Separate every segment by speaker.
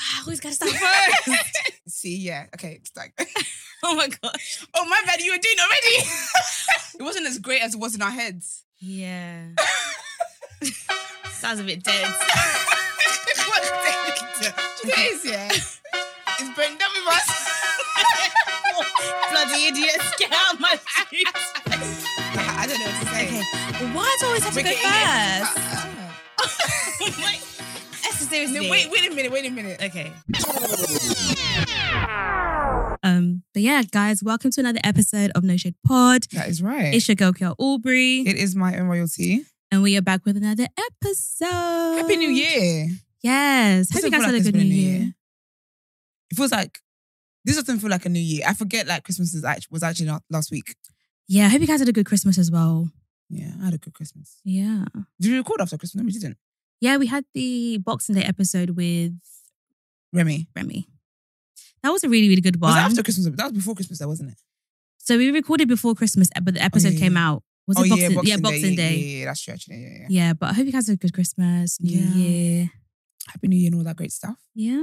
Speaker 1: Wow, who's got to stop first?
Speaker 2: See, yeah. Okay, stuck.
Speaker 1: oh my gosh.
Speaker 2: oh, my bad. You were doing already. it wasn't as great as it was in our heads.
Speaker 1: Yeah. Sounds a bit dead.
Speaker 2: What the heck? Do you know what it is, yeah? It's Brenda with us.
Speaker 1: Bloody idiots, get out of my street.
Speaker 2: I don't know what to say.
Speaker 1: Okay, why do I always have to
Speaker 2: Ricky,
Speaker 1: go
Speaker 2: yeah,
Speaker 1: first? Oh
Speaker 2: yeah.
Speaker 1: Wait, Esther, seriously.
Speaker 2: No, wait, wait a minute, wait a minute.
Speaker 1: Okay. Um, but yeah, guys, welcome to another episode of No Shade Pod.
Speaker 2: That is right.
Speaker 1: It's your girl, Kiara Aubrey,
Speaker 2: It is my own royalty.
Speaker 1: and we are back with another episode.
Speaker 2: Happy New Year.
Speaker 1: Yes. Hope
Speaker 2: Doesn't
Speaker 1: you guys
Speaker 2: feel
Speaker 1: had a
Speaker 2: it's
Speaker 1: good
Speaker 2: been
Speaker 1: New Year.
Speaker 2: It feels like this doesn't feel like a new year. I forget like Christmas is actually, was actually not last week.
Speaker 1: Yeah, I hope you guys had a good Christmas as well.
Speaker 2: Yeah, I had a good Christmas.
Speaker 1: Yeah.
Speaker 2: Did we record after Christmas? No, we didn't.
Speaker 1: Yeah, we had the Boxing Day episode with
Speaker 2: Remy.
Speaker 1: Remy. That was a really, really good one.
Speaker 2: Was that after Christmas? That was before Christmas, though, wasn't it?
Speaker 1: so we recorded before Christmas, but the episode
Speaker 2: Oh, yeah,
Speaker 1: came out. Was it Boxing, yeah, Boxing
Speaker 2: Oh, Yeah,
Speaker 1: Day?
Speaker 2: Yeah, yeah, that's true, actually. Yeah, yeah.
Speaker 1: Yeah. but I hope you guys had a good Christmas, New
Speaker 2: Yeah.
Speaker 1: Year.
Speaker 2: Happy New Year and all that great stuff.
Speaker 1: Yeah.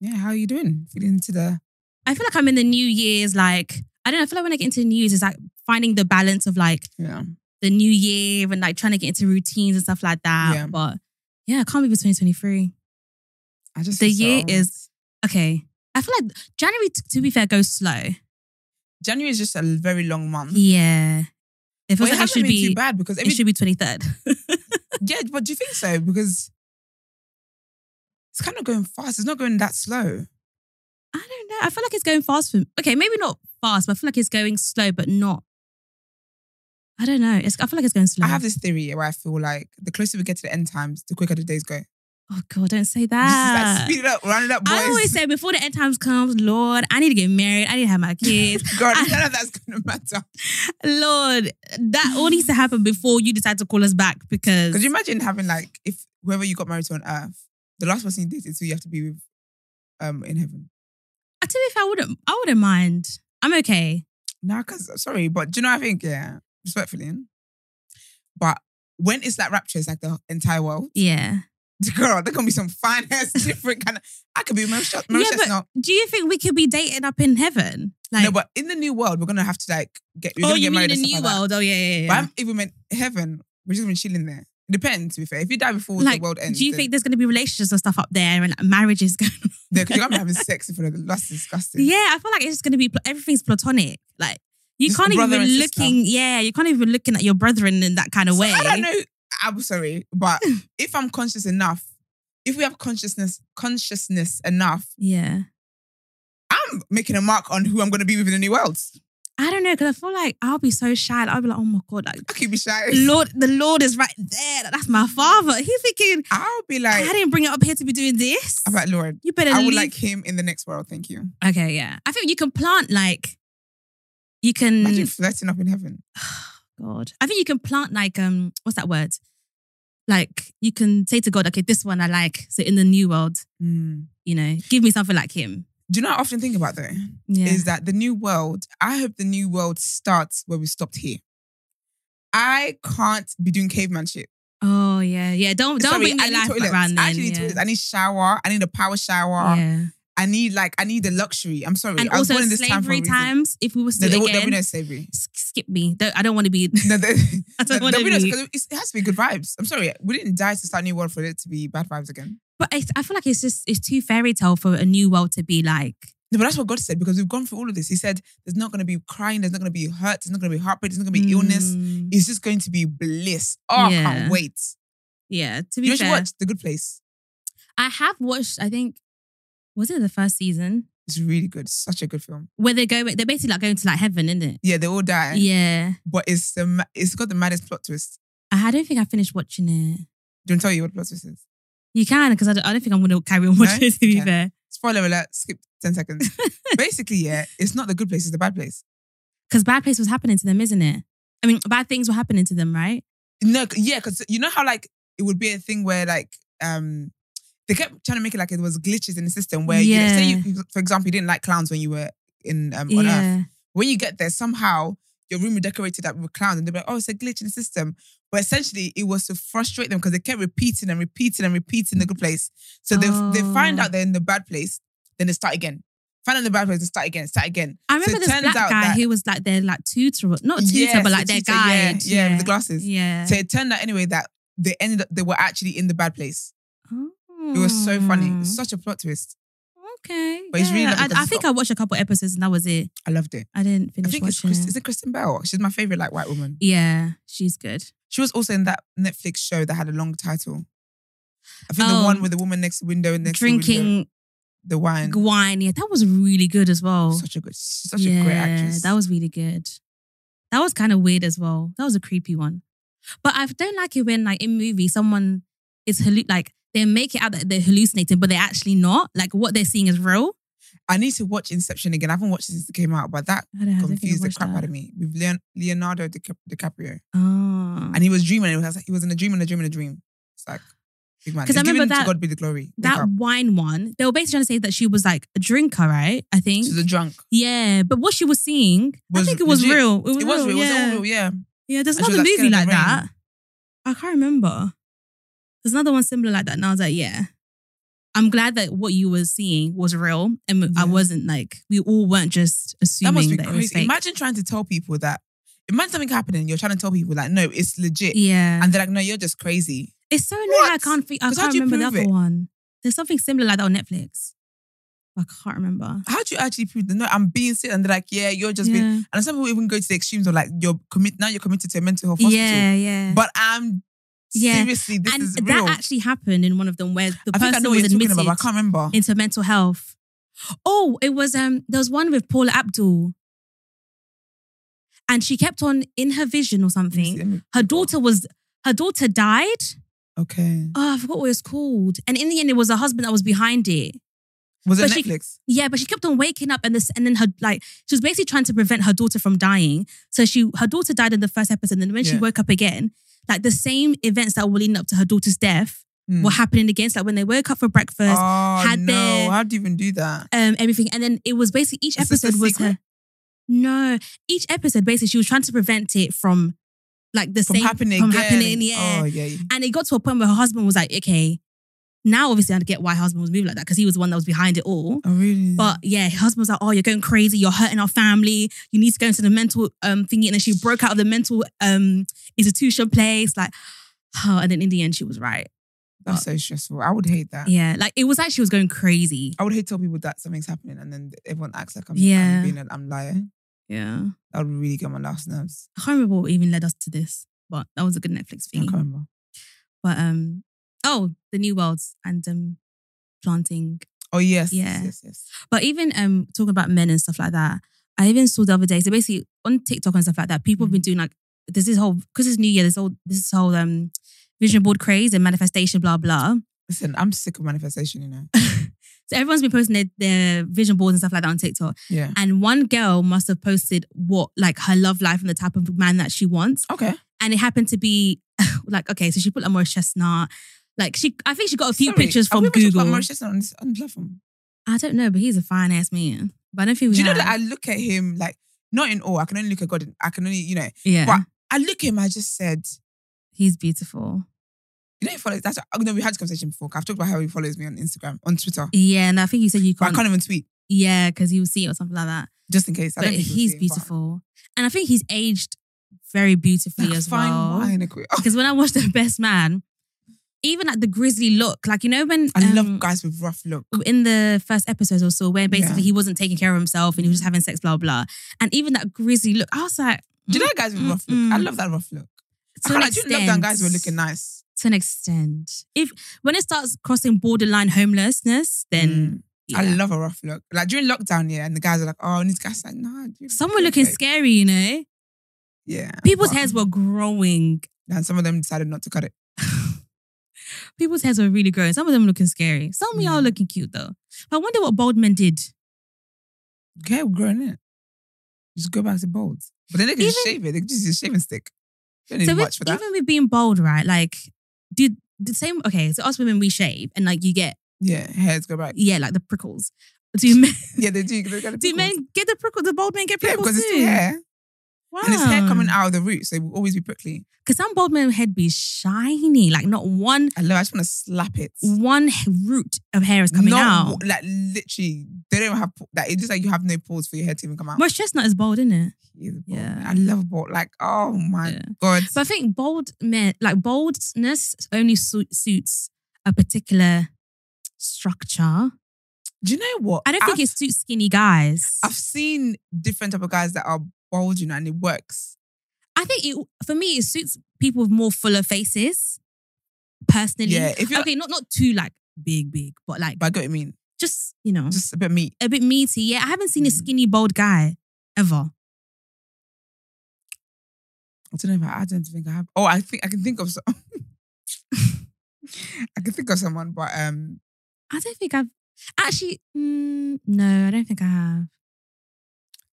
Speaker 2: Yeah, how are you doing? Feeling into the.
Speaker 1: I feel like I'm in the New Year's, like, I don't know. I feel like when I get into the New Year's, it's like finding the balance of like
Speaker 2: Yeah.
Speaker 1: the New Year and like trying to get into routines and stuff like that.
Speaker 2: Yeah.
Speaker 1: But yeah, I can't believe it's 2023.
Speaker 2: I just
Speaker 1: The
Speaker 2: feel so
Speaker 1: year
Speaker 2: old.
Speaker 1: is- Okay. I feel like January, t- to be fair, goes slow.
Speaker 2: Mm-hmm. January is just a very long month.
Speaker 1: Yeah. It
Speaker 2: But
Speaker 1: feels
Speaker 2: it
Speaker 1: like I
Speaker 2: hasn't
Speaker 1: should
Speaker 2: been
Speaker 1: be,
Speaker 2: too bad because
Speaker 1: it
Speaker 2: every
Speaker 1: should be 23rd.
Speaker 2: Yeah, but do you think so? Because it's kind of going fast. It's not going that slow.
Speaker 1: I don't know. I feel like it's going fast for Okay, maybe not fast, but I feel like it's going slow, but not. I don't know. It's, I feel like it's going slow.
Speaker 2: I have this theory where I feel like the closer we get to the end times, the quicker the days go.
Speaker 1: Oh God, don't say
Speaker 2: Just
Speaker 1: that.
Speaker 2: like speed it up, round it up, boys.
Speaker 1: Ah. I always say before the end times comes, Lord, I need to get married. I need to have my kids.
Speaker 2: God,
Speaker 1: I-
Speaker 2: none of that's gonna matter.
Speaker 1: Lord, that all needs to happen before you decide to call us back because
Speaker 2: Because you imagine having like if whoever you got married to on earth, the last person you date is who you have to be with um in heaven.
Speaker 1: I tell you if I wouldn't I wouldn't mind. I'm okay.
Speaker 2: Nah, cause uh, sorry, but do you know what I think? Yeah, respectfully. But when it's like rapture, it's like the entire world.
Speaker 1: Yeah.
Speaker 2: Girl, there gonna be some fine ass different kind of I could be Marisha, Marisha
Speaker 1: yeah, but
Speaker 2: Snell.
Speaker 1: do you think we could be dating up in heaven? Like
Speaker 2: no, but in the new world, we're gonna have to like get. We're
Speaker 1: Oh,
Speaker 2: gonna
Speaker 1: you
Speaker 2: get
Speaker 1: mean
Speaker 2: married
Speaker 1: in the
Speaker 2: and
Speaker 1: new
Speaker 2: stuff like that.
Speaker 1: world? Oh yeah, yeah, yeah.
Speaker 2: But I'm even meant heaven. We're just gonna be chilling there. It depends. To be fair, if you die before
Speaker 1: like,
Speaker 2: the world ends,
Speaker 1: do you
Speaker 2: then-
Speaker 1: think there's going to be relationships and stuff up there and like, marriages going on?
Speaker 2: No, 'cause you're gonna be having sex in front of the That's disgusting.
Speaker 1: Yeah, I feel like it's just going to be pl- everything's platonic. Like you
Speaker 2: Just
Speaker 1: can't
Speaker 2: brother
Speaker 1: even
Speaker 2: and sister.
Speaker 1: looking. Yeah, you can't even looking at your brethren in that kind of
Speaker 2: So,
Speaker 1: way.
Speaker 2: I don't know. I'm sorry, but if I'm conscious enough, if we have consciousness, consciousness enough,
Speaker 1: Yeah,
Speaker 2: I'm making a mark on who I'm gonna be with in the new world.
Speaker 1: I don't know because I feel like I'll be so shy. Like, I'll be like, oh my god, like
Speaker 2: I could be shy.
Speaker 1: Lord, the Lord is right there. Like, that's my father. He's thinking
Speaker 2: I'll be
Speaker 1: I
Speaker 2: like,
Speaker 1: didn't bring it up here to be doing this.
Speaker 2: I'm like Lord.
Speaker 1: you better
Speaker 2: I would
Speaker 1: leave.
Speaker 2: like him in the next world. Thank you.
Speaker 1: okay, yeah. I think you can plant like you can.
Speaker 2: Imagine flirting up in heaven.
Speaker 1: God. I think you can plant like um what's that word? Like you can say to God, okay, this one I like. So in the new world, you know, give me something like him.
Speaker 2: Do you know what I often think about though?
Speaker 1: Yeah.
Speaker 2: is that the new world, I hope the new world starts where we stopped here. I can't be doing caveman shit.
Speaker 1: oh yeah, yeah. Don't don't
Speaker 2: Sorry,
Speaker 1: bring
Speaker 2: I
Speaker 1: your
Speaker 2: need
Speaker 1: life
Speaker 2: toilets.
Speaker 1: around then.
Speaker 2: I actually need
Speaker 1: yeah.
Speaker 2: toilets. I need shower. I need a power shower.
Speaker 1: Yeah.
Speaker 2: I need like I need the luxury. I'm sorry.
Speaker 1: And
Speaker 2: I was
Speaker 1: also
Speaker 2: born in this time for a
Speaker 1: slavery
Speaker 2: reason.
Speaker 1: times, if we were
Speaker 2: No,
Speaker 1: still
Speaker 2: there will there
Speaker 1: again,
Speaker 2: will be no slavery.
Speaker 1: s- skip me. Don't- I don't want to be
Speaker 2: No, there,
Speaker 1: I don't
Speaker 2: there
Speaker 1: want
Speaker 2: will
Speaker 1: to
Speaker 2: be no,
Speaker 1: be
Speaker 2: because it has to be good vibes. I'm sorry. We didn't die to start new world for it to be bad vibes again.
Speaker 1: But it's, I feel like it's just it's too fairy tale for a new world to be like.
Speaker 2: No, but that's what God said because we've gone through all of this. He said there's not going to be crying, there's not going to be hurt, there's not going to be heartbreak, there's not going to be illness.
Speaker 1: Mm,
Speaker 2: It's just going to be bliss. Oh, I
Speaker 1: Yeah.
Speaker 2: can't wait.
Speaker 1: Yeah. To be
Speaker 2: You should
Speaker 1: fair,
Speaker 2: watch The Good Place.
Speaker 1: I have watched. I think was it the first season
Speaker 2: It's really good. Such a good film.
Speaker 1: where they go? They're basically like going to like heaven, isn't it?
Speaker 2: Yeah, they all die,
Speaker 1: Yeah.
Speaker 2: but it's the ma- it's got the maddest plot twist.
Speaker 1: I don't think I finished watching it.
Speaker 2: Don't tell you what plot twist is.
Speaker 1: You can because I don't, I don't think I'm gonna carry on watching
Speaker 2: No?
Speaker 1: it. To be
Speaker 2: Okay.
Speaker 1: fair,
Speaker 2: Spoiler alert. Skip ten seconds. Basically, yeah, it's not the good place. It's the bad place.
Speaker 1: because bad place was happening to them, isn't it? I mean, bad things were happening to them, right?
Speaker 2: No, c- yeah, because you know how like it would be a thing where like um they kept trying to make it like it was glitches in the system where you know, say
Speaker 1: Yeah.
Speaker 2: you for example you didn't like clowns when you were in um, on Earth.
Speaker 1: yeah.
Speaker 2: When you get there, somehow your room is decorated up with clowns and they're like, oh, it's a glitch in the system. But essentially, it was to frustrate them because they kept repeating and repeating and repeating the good place. So they they find
Speaker 1: Oh.
Speaker 2: out they're in the bad place, then they start again. Find out the bad place and start again, start again.
Speaker 1: I remember
Speaker 2: so it
Speaker 1: this
Speaker 2: turns
Speaker 1: black
Speaker 2: out
Speaker 1: guy
Speaker 2: that-
Speaker 1: who was like their like tutor, not tutor,
Speaker 2: Yes,
Speaker 1: but like
Speaker 2: the
Speaker 1: their
Speaker 2: tutor, yeah,
Speaker 1: guide.
Speaker 2: yeah, with the glasses.
Speaker 1: Yeah.
Speaker 2: So it turned out anyway that they ended up, they were actually in the bad place. It was so funny. It was
Speaker 1: Oh,
Speaker 2: such a plot twist.
Speaker 1: okay.
Speaker 2: But it's really
Speaker 1: yeah.
Speaker 2: lovely
Speaker 1: I,
Speaker 2: because
Speaker 1: I
Speaker 2: it's
Speaker 1: think
Speaker 2: got-
Speaker 1: I watched a couple episodes and that was it.
Speaker 2: I loved it.
Speaker 1: I didn't
Speaker 2: I
Speaker 1: finish
Speaker 2: think it's
Speaker 1: watching.
Speaker 2: Chris,
Speaker 1: it.
Speaker 2: is it Kristen Bell? She's my favorite like white woman.
Speaker 1: yeah, she's good.
Speaker 2: She was also in that Netflix show that had a long title. I think the
Speaker 1: Oh.
Speaker 2: one with the woman next to the window and next to the window,
Speaker 1: Drinking
Speaker 2: the wine.
Speaker 1: wine. Yeah, that was really good as well.
Speaker 2: Such a good, such a great actress.
Speaker 1: That was really good. That was kind of weird as well. That was a creepy one. But I don't like it when, like, in movies, someone is halluc- like they make it out that they're hallucinating, but they're actually not. Like what they're seeing is real.
Speaker 2: I need to watch Inception again. I haven't watched it since it came out, but that
Speaker 1: I don't, I don't think I
Speaker 2: confused the
Speaker 1: watched
Speaker 2: crap
Speaker 1: that.
Speaker 2: out of me with Leon, Leonardo Dicap- DiCaprio,
Speaker 1: Oh.
Speaker 2: and he was dreaming. And it was like- he was in a dream and a dream and a dream. It's like big man.
Speaker 1: 'Cause I
Speaker 2: It's giving
Speaker 1: remember
Speaker 2: to
Speaker 1: that-
Speaker 2: God be the glory. Wake
Speaker 1: that
Speaker 2: up.
Speaker 1: wine one, they were basically trying to say that she was like a drinker, right? I think.
Speaker 2: she's a drunk.
Speaker 1: yeah, but what she was seeing,
Speaker 2: Was
Speaker 1: I think it was
Speaker 2: legit.
Speaker 1: real. It was,
Speaker 2: It was
Speaker 1: real.
Speaker 2: real. It
Speaker 1: yeah.
Speaker 2: was all real. Yeah.
Speaker 1: Yeah, there's
Speaker 2: And she
Speaker 1: another
Speaker 2: was, like,
Speaker 1: movie
Speaker 2: scared
Speaker 1: like
Speaker 2: of the
Speaker 1: that. I can't remember. There's another one similar like that. And I was like, yeah. I'm glad that what you were seeing was real. And
Speaker 2: Yeah.
Speaker 1: I wasn't like, we all weren't just
Speaker 2: That must
Speaker 1: assuming
Speaker 2: be
Speaker 1: that, it was
Speaker 2: crazy.
Speaker 1: fake.
Speaker 2: Imagine trying to tell people that. Imagine something happening. You're trying to tell people like, no, it's legit,
Speaker 1: yeah.
Speaker 2: and they're like, no, you're just crazy.
Speaker 1: it's so annoying. I
Speaker 2: What?
Speaker 1: can't, think I
Speaker 2: 'Cause how
Speaker 1: can't
Speaker 2: do you
Speaker 1: remember the
Speaker 2: prove
Speaker 1: other
Speaker 2: it?
Speaker 1: one. There's something similar like that on Netflix. I can't remember.
Speaker 2: How do you actually prove that? No, I'm being sick, and they're like, yeah, you're just being.
Speaker 1: yeah.
Speaker 2: And some people even go to the extremes of like, you're commit now, you're committed to a mental health hospital.
Speaker 1: yeah, yeah.
Speaker 2: But I'm
Speaker 1: Yeah.
Speaker 2: seriously, this
Speaker 1: and
Speaker 2: is
Speaker 1: that
Speaker 2: real.
Speaker 1: actually happened in one of them where the
Speaker 2: I
Speaker 1: person
Speaker 2: think I know what
Speaker 1: was
Speaker 2: you're talking
Speaker 1: admitted
Speaker 2: about. But I can't remember.
Speaker 1: into mental health. Oh, it was um there was one with Paula Abdul. And she kept on in her vision or
Speaker 2: Let me see,
Speaker 1: something.
Speaker 2: let me-
Speaker 1: Her daughter was her daughter died.
Speaker 2: Okay.
Speaker 1: Oh, I forgot what it was called. And in the end, it was her husband that was behind it.
Speaker 2: Was it
Speaker 1: But she-
Speaker 2: Netflix?
Speaker 1: Yeah, but she kept on waking up and this and then her like she was basically trying to prevent her daughter from dying. So she her daughter died in the first episode. And then when she
Speaker 2: Yeah.
Speaker 1: woke up again, like the same events that were leading up to her daughter's death
Speaker 2: Hmm.
Speaker 1: were happening again. So like when they woke up for breakfast,
Speaker 2: Oh
Speaker 1: had
Speaker 2: no!
Speaker 1: their-
Speaker 2: How do you even do that?
Speaker 1: um everything and then it was basically each
Speaker 2: Is this a
Speaker 1: episode was
Speaker 2: secret?
Speaker 1: her no each episode basically she was trying to prevent it from like the
Speaker 2: From
Speaker 1: same
Speaker 2: happening
Speaker 1: from
Speaker 2: again.
Speaker 1: happening yeah
Speaker 2: Oh yeah.
Speaker 1: and it got to a point where her husband was like okay now obviously I get why her husband was moving like that because he was the one that was behind it all
Speaker 2: Oh really?
Speaker 1: but yeah her husband was like oh you're going crazy you're hurting our family you need to go into the mental um thingy and then she broke out of the mental um institution place like oh and then in the end she was right
Speaker 2: that's so stressful. I would hate that.
Speaker 1: yeah like it was like she was going crazy
Speaker 2: I would hate tell people that something's happening and then everyone acts like I'm,
Speaker 1: Yeah.
Speaker 2: I'm being an I'm lying.
Speaker 1: yeah
Speaker 2: That would really get my last nerves.
Speaker 1: I can't remember what even led us to this, but that was a good Netflix
Speaker 2: I
Speaker 1: thing.
Speaker 2: can't remember.
Speaker 1: But um, oh, the new worlds and um, planting.
Speaker 2: Oh yes,
Speaker 1: Yeah.
Speaker 2: yes, yes, yes.
Speaker 1: But even um, talking about men and stuff like that, I even saw the other day. So basically, on TikTok and stuff like that, people have been doing like there's this whole because it's New Year. This whole this whole um vision board craze and manifestation, blah blah.
Speaker 2: Listen, I'm sick of manifestation. You know.
Speaker 1: So everyone's been posting their, their vision boards and stuff like that on TikTok.
Speaker 2: Yeah.
Speaker 1: And one girl must have posted what like her love life and the type of man that she wants.
Speaker 2: Okay.
Speaker 1: and it happened to be like okay, so she put like Maurice Chestnut. Like she, I think she got a few
Speaker 2: Sorry,
Speaker 1: pictures
Speaker 2: have
Speaker 1: from
Speaker 2: we ever talked
Speaker 1: Google.
Speaker 2: About Mauritius on this on the platform.
Speaker 1: I don't know, but he's a fine ass man. But I don't think we
Speaker 2: Do you know
Speaker 1: have.
Speaker 2: that I look at him like not in awe. I can only look at God. In, I can only you know.
Speaker 1: yeah,
Speaker 2: But I look at him. I just said.
Speaker 1: he's beautiful.
Speaker 2: You know, he follows. That's. I know we had this conversation before. I've talked about how he follows me on Instagram, on Twitter.
Speaker 1: Yeah, and I think you said you
Speaker 2: But I
Speaker 1: can't.
Speaker 2: can't even tweet,
Speaker 1: yeah, because he will see it or something like that.
Speaker 2: just in case. I
Speaker 1: But
Speaker 2: don't think he'll
Speaker 1: he's
Speaker 2: see it, but-
Speaker 1: beautiful, and I think he's aged very beautifully
Speaker 2: Like,
Speaker 1: as
Speaker 2: fine
Speaker 1: well.
Speaker 2: wine, Akwe.
Speaker 1: Because when I watched The Best Man, even like the grizzly look, like you know when
Speaker 2: I
Speaker 1: um,
Speaker 2: love guys with rough look.
Speaker 1: in the first episode or so, where basically
Speaker 2: Yeah.
Speaker 1: he wasn't taking care of himself and he was just having sex, blah blah. And even that grizzly look, I was like,
Speaker 2: Do you know guys with rough look? I
Speaker 1: Mm-mm.
Speaker 2: love that rough look. I
Speaker 1: to an
Speaker 2: kinda do love that
Speaker 1: extent-
Speaker 2: guys were looking nice.
Speaker 1: To an extent, if when it starts crossing borderline homelessness, then
Speaker 2: I
Speaker 1: yeah.
Speaker 2: love a rough look. Like during lockdown, yeah, and the guys are like, oh, and these guys like, nah. dude,
Speaker 1: some
Speaker 2: it's
Speaker 1: were looking
Speaker 2: okay."
Speaker 1: scary, you know.
Speaker 2: Yeah.
Speaker 1: People's
Speaker 2: but-
Speaker 1: hairs were growing.
Speaker 2: And some of them decided not to cut it.
Speaker 1: People's hairs were really growing. Some of them looking scary. Some we are
Speaker 2: Mm.
Speaker 1: looking cute though. But I wonder what bald men did.
Speaker 2: Okay, we're growing it. Just go back to bald. But then they can just
Speaker 1: Even-
Speaker 2: shave it. They can just use a shaving stick. Don't need
Speaker 1: so
Speaker 2: much
Speaker 1: with,
Speaker 2: for that.
Speaker 1: even with being bald, right? Like, did the same? Okay, so us women we shave and like you get
Speaker 2: yeah, hairs go back.
Speaker 1: yeah like the prickles. Do men
Speaker 2: Yeah, they do. They got
Speaker 1: do men get the prickles? The bald men get
Speaker 2: Yeah,
Speaker 1: prickles
Speaker 2: because it's
Speaker 1: too.
Speaker 2: still hair.
Speaker 1: Wow.
Speaker 2: And it's hair coming out of the root, so it will always be prickly.
Speaker 1: Because some bald men head be shiny, like not one
Speaker 2: I love I just want to slap it.
Speaker 1: one h- root of hair is coming
Speaker 2: Not
Speaker 1: out.
Speaker 2: w- Like literally, they don't have pa- like it's just like you have no pause for your hair to even come out.
Speaker 1: Well, it's just not as bald, isn't it?
Speaker 2: He's a bald
Speaker 1: Yeah.
Speaker 2: man. I love a bald. Like, oh my
Speaker 1: Yeah.
Speaker 2: god.
Speaker 1: But I think bald men, like baldness, only su- suits a particular structure.
Speaker 2: do you know what?
Speaker 1: I don't think
Speaker 2: I've-
Speaker 1: it suits skinny guys.
Speaker 2: I've seen different type of guys that are bald, you know, and it works.
Speaker 1: I think it for me it suits people with more fuller faces. Personally,
Speaker 2: Yeah, if you're-
Speaker 1: okay, not not too like big, big, but like
Speaker 2: But I get what you mean.
Speaker 1: just you know
Speaker 2: Just a bit meat.
Speaker 1: a bit meaty. Yeah, I haven't seen a
Speaker 2: Mm.
Speaker 1: skinny bald guy ever.
Speaker 2: I don't know if I, I don't think I have. Oh, I think I can think of some. I can think of someone, but um,
Speaker 1: I don't think I've actually. Mm, no, I don't think I have.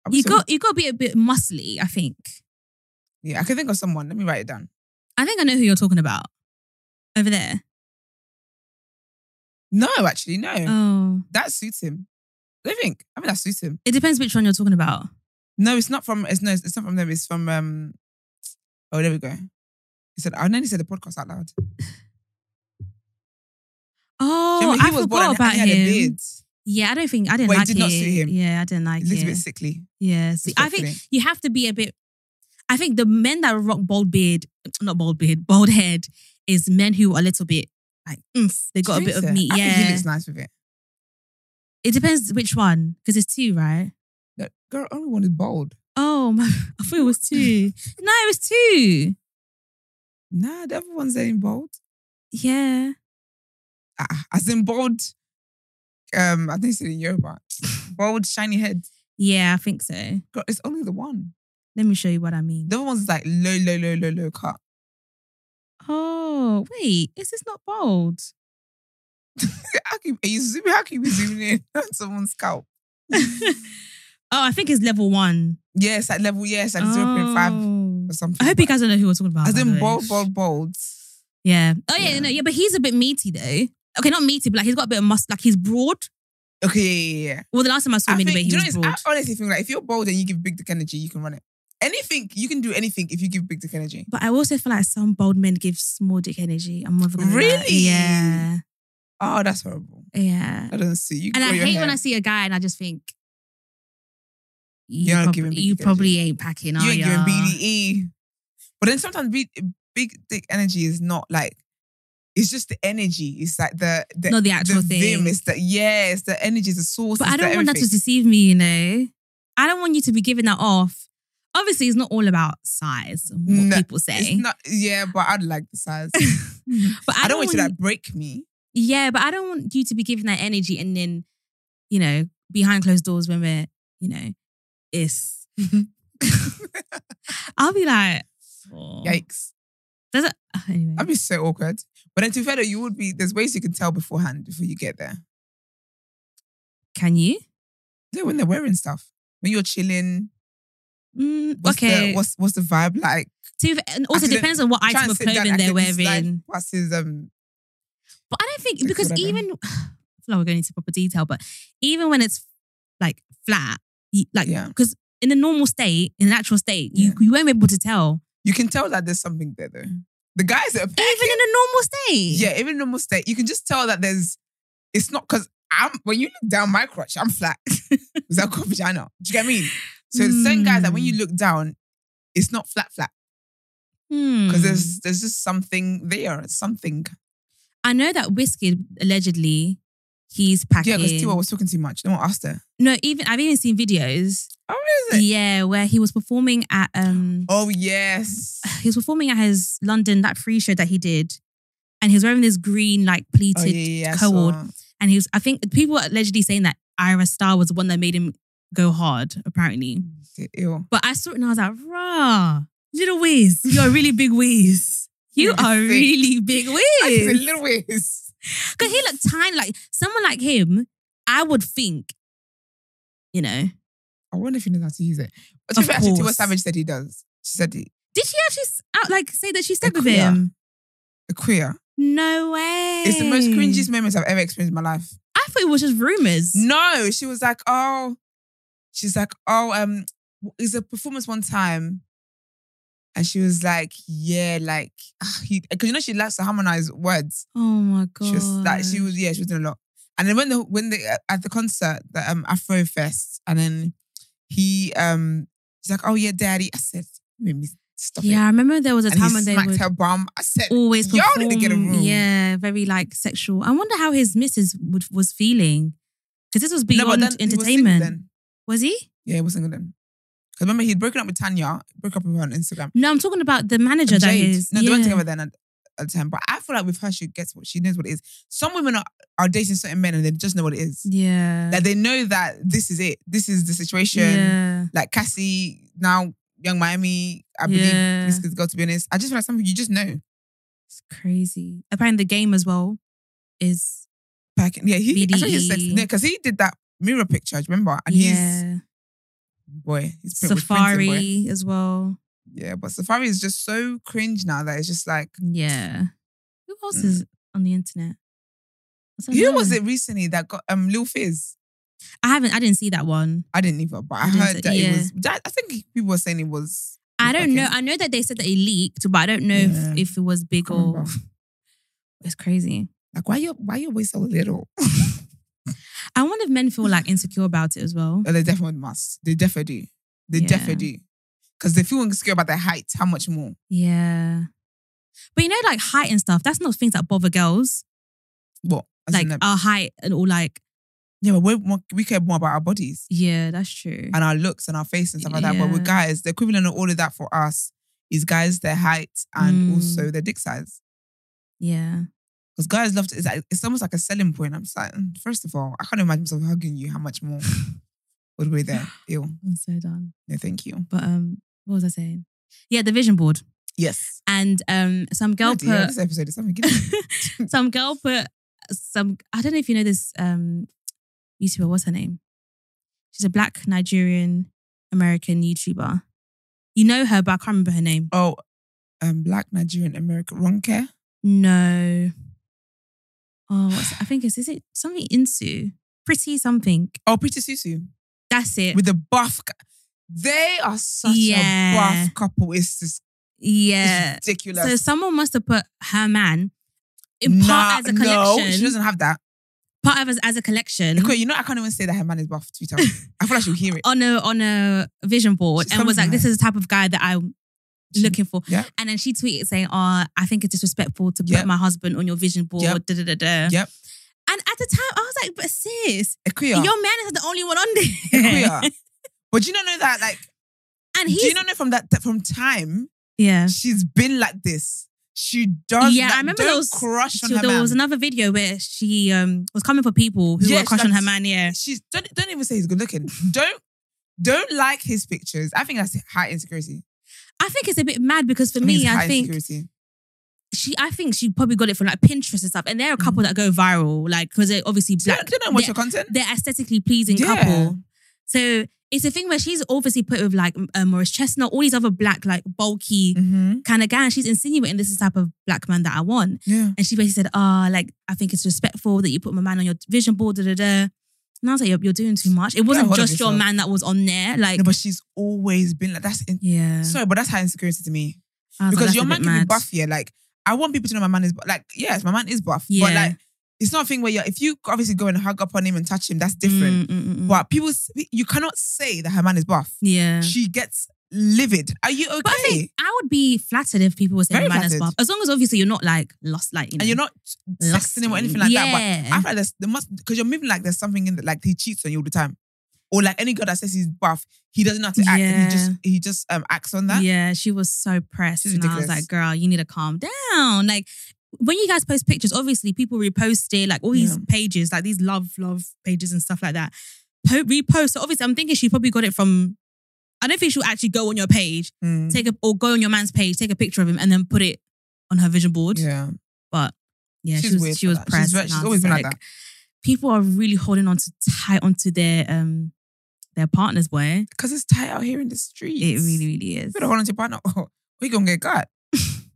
Speaker 2: I'm
Speaker 1: You
Speaker 2: still-
Speaker 1: got you got to be a bit muscly. I think.
Speaker 2: Yeah, I can think of someone. Let me write it down.
Speaker 1: I think I know who you're talking about over there.
Speaker 2: No, actually, no.
Speaker 1: Oh,
Speaker 2: that suits him. I don't think. I mean, that suits him.
Speaker 1: it depends which one you're talking about.
Speaker 2: No, it's not from. It's no. It's not from them. It's from. um Oh, there we go. He said. I nearly said the podcast out loud.
Speaker 1: Oh,
Speaker 2: Do you remember
Speaker 1: I forgot
Speaker 2: and- and
Speaker 1: about
Speaker 2: he had a
Speaker 1: him.
Speaker 2: beard.
Speaker 1: Yeah, I don't think I didn't
Speaker 2: Well, it
Speaker 1: like
Speaker 2: did not suit him.
Speaker 1: Yeah, I didn't like
Speaker 2: A little
Speaker 1: it.
Speaker 2: bit sickly.
Speaker 1: Yeah, see, I think
Speaker 2: Respectfully.
Speaker 1: you have to be a bit. I think the men that rock bald beard, not bald beard, bald head, is men who are a little bit like oomph, they got a
Speaker 2: Do you
Speaker 1: bit
Speaker 2: think
Speaker 1: of
Speaker 2: so?
Speaker 1: meat.
Speaker 2: I
Speaker 1: yeah,
Speaker 2: think he looks nice with it.
Speaker 1: it depends which one because it's two, right?
Speaker 2: No, girl, only one is bald.
Speaker 1: Oh my, I thought it was two. no, it was two.
Speaker 2: Nah, the other ones ain't bald.
Speaker 1: Yeah,
Speaker 2: Ah, as in bald. Um, I think it's in Yoruba. Bald, shiny head.
Speaker 1: yeah, I think so. Let
Speaker 2: Girl, it's only the one.
Speaker 1: me show you what I mean.
Speaker 2: The other one's like low, low, low, low, low cut.
Speaker 1: Oh wait, is this not bald?
Speaker 2: how can you, are you zooming? How can you be zooming in on someone's scalp?
Speaker 1: oh, I think it's level one.
Speaker 2: Yes, at level yes, at zero point five
Speaker 1: Oh.
Speaker 2: or something.
Speaker 1: I hope you guys don't know who we're talking about.
Speaker 2: As
Speaker 1: by the
Speaker 2: in
Speaker 1: way.
Speaker 2: bold, bold, bold.
Speaker 1: Yeah. Oh yeah,
Speaker 2: Yeah.
Speaker 1: no, yeah, but he's a bit meaty though. Okay, not meaty, but like he's got a bit of muscle. Like he's broad.
Speaker 2: Okay, yeah, yeah, yeah.
Speaker 1: Well, the last time I saw
Speaker 2: I
Speaker 1: him,
Speaker 2: think,
Speaker 1: anyway, he
Speaker 2: do you know,
Speaker 1: was
Speaker 2: it's-
Speaker 1: broad.
Speaker 2: I honestly think like if you're bold and you give big dick energy, you can run it. Anything you can do anything if you give big dick energy.
Speaker 1: But I also feel like some bold men give small dick energy. I'm never gonna lie.
Speaker 2: Really?
Speaker 1: Yeah,
Speaker 2: Oh, that's horrible.
Speaker 1: yeah.
Speaker 2: That doesn't suit you.
Speaker 1: And I
Speaker 2: grow your
Speaker 1: hate
Speaker 2: hair.
Speaker 1: when I see a guy and I just think you
Speaker 2: You're not
Speaker 1: prob-
Speaker 2: giving big
Speaker 1: you
Speaker 2: dick
Speaker 1: probably ain't packing. Are
Speaker 2: you ain't
Speaker 1: ya?
Speaker 2: giving BDE. E. But then sometimes big, big dick energy is not like it's just the energy. It's like the the,
Speaker 1: Not the actual
Speaker 2: vim.
Speaker 1: thing.
Speaker 2: It's the yeah. It's the energy. It's the source.
Speaker 1: But
Speaker 2: it's
Speaker 1: I
Speaker 2: the
Speaker 1: don't want that to
Speaker 2: everything.
Speaker 1: deceive me. You know, I don't want you to be giving that off. Obviously, it's not all about size. and What
Speaker 2: No,
Speaker 1: people say,
Speaker 2: It's not. Yeah, but I'd like the size.
Speaker 1: but
Speaker 2: I don't want you to
Speaker 1: want-
Speaker 2: like break me.
Speaker 1: Yeah, but I don't want you to be giving that energy and then, you know, behind closed doors when we're, you know, it's. I'll be like, oh.
Speaker 2: Yikes.
Speaker 1: Does it? oh, Anyway.
Speaker 2: That'd be so awkward. But then to be fair though, you would be there's ways you can tell beforehand before you get there.
Speaker 1: Can you?
Speaker 2: You know, when they're wearing stuff. When you're chilling,
Speaker 1: Mm,
Speaker 2: what's
Speaker 1: okay.
Speaker 2: the what's what's the vibe like?
Speaker 1: So if- and also
Speaker 2: Actually,
Speaker 1: depends on what
Speaker 2: Try
Speaker 1: item
Speaker 2: and
Speaker 1: of
Speaker 2: sit down,
Speaker 1: clothing they're
Speaker 2: activities, like,
Speaker 1: wearing.
Speaker 2: passes, um,
Speaker 1: But I don't think
Speaker 2: Like,
Speaker 1: because
Speaker 2: whatever.
Speaker 1: even I feel like we're going into proper detail, but even when it's like flat, you, like
Speaker 2: Yeah.
Speaker 1: because in a normal state, in an actual state, you,
Speaker 2: Yeah.
Speaker 1: you won't be able to tell.
Speaker 2: you can tell that there's something there though. The guys that are
Speaker 1: Even in a normal state.
Speaker 2: Yeah, even normal state, you can just tell that there's it's not because I'm when you look down my crotch, I'm flat. Is that called vagina? Do you get what I mean? So the same guys that when you look down, it's not flat flat. Because
Speaker 1: Hmm.
Speaker 2: there's there's just something there. Something.
Speaker 1: I know that Whiskey allegedly he's packing.
Speaker 2: Yeah, because Tiwa was talking too much. No one asked her.
Speaker 1: no, even I've even seen videos.
Speaker 2: Oh, is it?
Speaker 1: Yeah, where he was performing at um
Speaker 2: Oh yes.
Speaker 1: he was performing at his London that free show that he did, and he was wearing this green like
Speaker 2: Oh
Speaker 1: pleated
Speaker 2: yeah, yeah.
Speaker 1: co-ord.
Speaker 2: so-
Speaker 1: And he was, I think people were allegedly saying that Ira Star was the one that made him go hard, apparently.
Speaker 2: Mm. Ew.
Speaker 1: But I saw it and I was like, rah, little Wiz, you're a really big Wiz. You
Speaker 2: You're
Speaker 1: are
Speaker 2: sick.
Speaker 1: really big
Speaker 2: I said,
Speaker 1: Wiz.
Speaker 2: little ways.
Speaker 1: Because he looked tiny, like someone like him, I would think, you know.
Speaker 2: I wonder if he knows how to use it. But to
Speaker 1: Of
Speaker 2: be fair, actually, Tiwa
Speaker 1: course.
Speaker 2: Savage said he does. She said he,
Speaker 1: Did she actually s- out, like say that she slept with
Speaker 2: queer.
Speaker 1: him?
Speaker 2: a queer.
Speaker 1: No way.
Speaker 2: It's the most cringiest moments I've ever experienced in my life.
Speaker 1: I thought it was just rumors.
Speaker 2: No, she was like, oh, she's like, oh, um, it's a performance one time. And she was like, yeah, like, because you know she likes to harmonize words.
Speaker 1: Oh my god.
Speaker 2: She was like, she was, yeah, she was doing a lot. And then when the when the uh, at the concert, the um Afro Fest, and then he um he's like, oh yeah, daddy. I said, make me stop
Speaker 1: Yeah, I
Speaker 2: it.
Speaker 1: remember there was a
Speaker 2: And
Speaker 1: time
Speaker 2: he
Speaker 1: when they
Speaker 2: smacked
Speaker 1: would
Speaker 2: her bum. I said,
Speaker 1: always
Speaker 2: y'all
Speaker 1: perform.
Speaker 2: need to get a room.
Speaker 1: Yeah, very like sexual. I wonder how his missus would, was feeling because this was
Speaker 2: No, but then
Speaker 1: beyond
Speaker 2: he was single
Speaker 1: entertainment.
Speaker 2: then.
Speaker 1: Was he?
Speaker 2: Yeah, he was single then. Because remember, he'd broken up with Tanya, broke up with her on Instagram.
Speaker 1: No, I'm talking about the manager
Speaker 2: And
Speaker 1: that
Speaker 2: Jade.
Speaker 1: is.
Speaker 2: No, they weren't
Speaker 1: yeah.
Speaker 2: together then at, at the time. But I feel like with her, she gets what she knows what it is. Some women are, are dating certain men and they just know what it is.
Speaker 1: Yeah.
Speaker 2: Like they know that this is it. This is the situation.
Speaker 1: yeah.
Speaker 2: Like Cassie, now young Miami, I believe
Speaker 1: Yeah.
Speaker 2: this girl, to be honest. I just feel like something you just know.
Speaker 1: It's crazy. Apparently, the game as well is.
Speaker 2: Back in, yeah, he actually his sex.
Speaker 1: BDE.
Speaker 2: No, because he did that mirror picture, do you remember? And he's
Speaker 1: E. yeah.
Speaker 2: boy, he's print- with Prince and boy.
Speaker 1: Safari as well.
Speaker 2: Yeah, but Safari is just so cringe now that it's just like
Speaker 1: Yeah. Who else
Speaker 2: Mm.
Speaker 1: is on the internet? I don't
Speaker 2: Who was
Speaker 1: know.
Speaker 2: it recently that got um Lil Fizz?
Speaker 1: I haven't. I didn't see that one.
Speaker 2: I didn't either, but I,
Speaker 1: I didn't
Speaker 2: heard
Speaker 1: see-
Speaker 2: that
Speaker 1: yeah.
Speaker 2: it was. That, I think people were saying it was.
Speaker 1: I
Speaker 2: Like
Speaker 1: don't know.
Speaker 2: it-
Speaker 1: I know that they said that it leaked, but I don't know
Speaker 2: Yeah.
Speaker 1: if, if it was big
Speaker 2: Can't
Speaker 1: or.
Speaker 2: remember.
Speaker 1: It's crazy.
Speaker 2: Like why your why your waist so little?
Speaker 1: I wonder if men feel like insecure about it as well.
Speaker 2: Oh, they definitely must. They definitely do. They
Speaker 1: Yeah.
Speaker 2: definitely do. Because they feel insecure about their height. How much more?
Speaker 1: Yeah. But you know, like height and stuff, that's not things that bother girls.
Speaker 2: What? As in
Speaker 1: like
Speaker 2: that-
Speaker 1: our height and all like,
Speaker 2: yeah, but we're more, we care more about our bodies
Speaker 1: yeah, that's true.
Speaker 2: and our looks and our face and stuff like that. But with
Speaker 1: Yeah.
Speaker 2: guys, the equivalent of all of that for us is guys their height and
Speaker 1: Mm.
Speaker 2: also their dick size.
Speaker 1: Yeah.
Speaker 2: Because guys love to, it's, like, it's almost like a selling point. I'm just like, mm, first of all, I can't imagine myself hugging you. How much more would we there? Ew.
Speaker 1: I'm so done.
Speaker 2: No, thank you.
Speaker 1: But um, what was I saying? Yeah, the vision board.
Speaker 2: Yes.
Speaker 1: And um some girl
Speaker 2: Bloody hell,
Speaker 1: put
Speaker 2: this episode is something. Give me-
Speaker 1: some girl put some I don't know if you know this um YouTuber, what's her name? She's a black Nigerian American YouTuber. You know her, but I can't remember her name.
Speaker 2: oh, um, black Nigerian American Ronke.
Speaker 1: No. Oh, what's, I think it's is it something Insu? Pretty something.
Speaker 2: Oh, Pretty Susu
Speaker 1: That's it.
Speaker 2: with the buff. gu- They are such a
Speaker 1: Yeah.
Speaker 2: buff couple. It's just it's
Speaker 1: yeah.
Speaker 2: ridiculous.
Speaker 1: So someone must have put her man in part as a
Speaker 2: no,
Speaker 1: collection.
Speaker 2: she doesn't have that.
Speaker 1: part of as, as a collection
Speaker 2: Quit, you know, I can't even say that her man is buff Twitter. I feel like she'll hear it.
Speaker 1: on a on a vision board
Speaker 2: She's
Speaker 1: and was like,
Speaker 2: something
Speaker 1: this is the type of guy that I'm
Speaker 2: She-
Speaker 1: looking for.
Speaker 2: Yeah.
Speaker 1: And then she tweeted saying, Oh, I think it's disrespectful to
Speaker 2: Yeah.
Speaker 1: put my husband on your vision board,
Speaker 2: Yeah.
Speaker 1: da da da da.
Speaker 2: Yep.
Speaker 1: And at the time I was like, but sis,
Speaker 2: Equia.
Speaker 1: your man is the only one on there.
Speaker 2: Equia. But do you not know that, like,
Speaker 1: and
Speaker 2: do
Speaker 1: he's
Speaker 2: you not know from that, that from time,
Speaker 1: Yeah.
Speaker 2: she's been like this. She does.
Speaker 1: Yeah,
Speaker 2: that.
Speaker 1: I remember
Speaker 2: Don't
Speaker 1: there was-
Speaker 2: crush on
Speaker 1: So
Speaker 2: her
Speaker 1: there
Speaker 2: man.
Speaker 1: was another video where she um was coming for people who
Speaker 2: Yeah,
Speaker 1: were crushing
Speaker 2: she's
Speaker 1: her man, yeah.
Speaker 2: She's don't don't even say he's good looking. Don't don't like his pictures. I think that's high insecurity.
Speaker 1: I think it's a bit mad because for me,
Speaker 2: it's
Speaker 1: I
Speaker 2: high
Speaker 1: think
Speaker 2: insecurity.
Speaker 1: she I think she probably got it from like Pinterest and stuff. And there are a
Speaker 2: Mm.
Speaker 1: couple that go viral, like because they're obviously
Speaker 2: Do you,
Speaker 1: black.
Speaker 2: do you not watch
Speaker 1: They're-
Speaker 2: your content?
Speaker 1: they're aesthetically pleasing
Speaker 2: Yeah.
Speaker 1: couple. So it's a thing where she's obviously put with like uh, Maurice Chestnut, all these other black, like bulky
Speaker 2: Mm-hmm.
Speaker 1: kind of guy. And she's insinuating this is the type of black man that I want.
Speaker 2: Yeah.
Speaker 1: And she basically said, Oh, like, I think it's respectful that you put my man on your vision board, da da da. And I was like, you're, you're doing too much. It wasn't
Speaker 2: hold on
Speaker 1: just your
Speaker 2: yourself.
Speaker 1: man that was on there. Like,
Speaker 2: No, but she's always been like that's. In,
Speaker 1: yeah.
Speaker 2: Sorry, but that's high insecurity to me
Speaker 1: I was like,
Speaker 2: because
Speaker 1: that's
Speaker 2: your
Speaker 1: a
Speaker 2: man
Speaker 1: bit
Speaker 2: can be
Speaker 1: mad.
Speaker 2: buff. Yeah, like I want people to know my man is bu- like yes, my man is buff. But
Speaker 1: Yeah.
Speaker 2: like it's not a thing where you're if you obviously go and hug up on him and touch him, that's different.
Speaker 1: Mm, mm, mm, mm.
Speaker 2: But people, s- you cannot say that her man is buff.
Speaker 1: Yeah.
Speaker 2: She gets livid. Are you okay?
Speaker 1: But I think I would be flattered if people were saying
Speaker 2: Very
Speaker 1: man as
Speaker 2: flattered.
Speaker 1: well. As long as obviously you're not like lost, like you know.
Speaker 2: and you're not sexting him or anything like that. But
Speaker 1: Yeah.
Speaker 2: I feel like there's, there must because you're moving like there's something in that, like he cheats on you all the time, or like any girl that says he's buff, he doesn't know how to act. And he just
Speaker 1: Yeah.
Speaker 2: he just um acts on that.
Speaker 1: Yeah, she was so pressed.
Speaker 2: She's
Speaker 1: and I was
Speaker 2: ridiculous.
Speaker 1: like, girl, you need to calm down. Like, when you guys post pictures, obviously people repost it, like all these
Speaker 2: Yeah.
Speaker 1: pages, like these love, love pages and stuff like that. Po- repost. So obviously, I'm thinking she probably got it from. I don't think she'll actually go on your page,
Speaker 2: Mm.
Speaker 1: take a or go on your man's page, take a picture of him, and then put it on her vision board.
Speaker 2: Yeah.
Speaker 1: But yeah,
Speaker 2: She's
Speaker 1: she was,
Speaker 2: weird
Speaker 1: she
Speaker 2: for
Speaker 1: was
Speaker 2: that. She's
Speaker 1: pressed.
Speaker 2: very-
Speaker 1: and
Speaker 2: she's
Speaker 1: I was
Speaker 2: always been like that.
Speaker 1: People are really holding on to tight onto their um their partners, boy.
Speaker 2: Because it's tight out here in the streets.
Speaker 1: It really, really is.
Speaker 2: You better hold on to your partner. or you gonna get cut.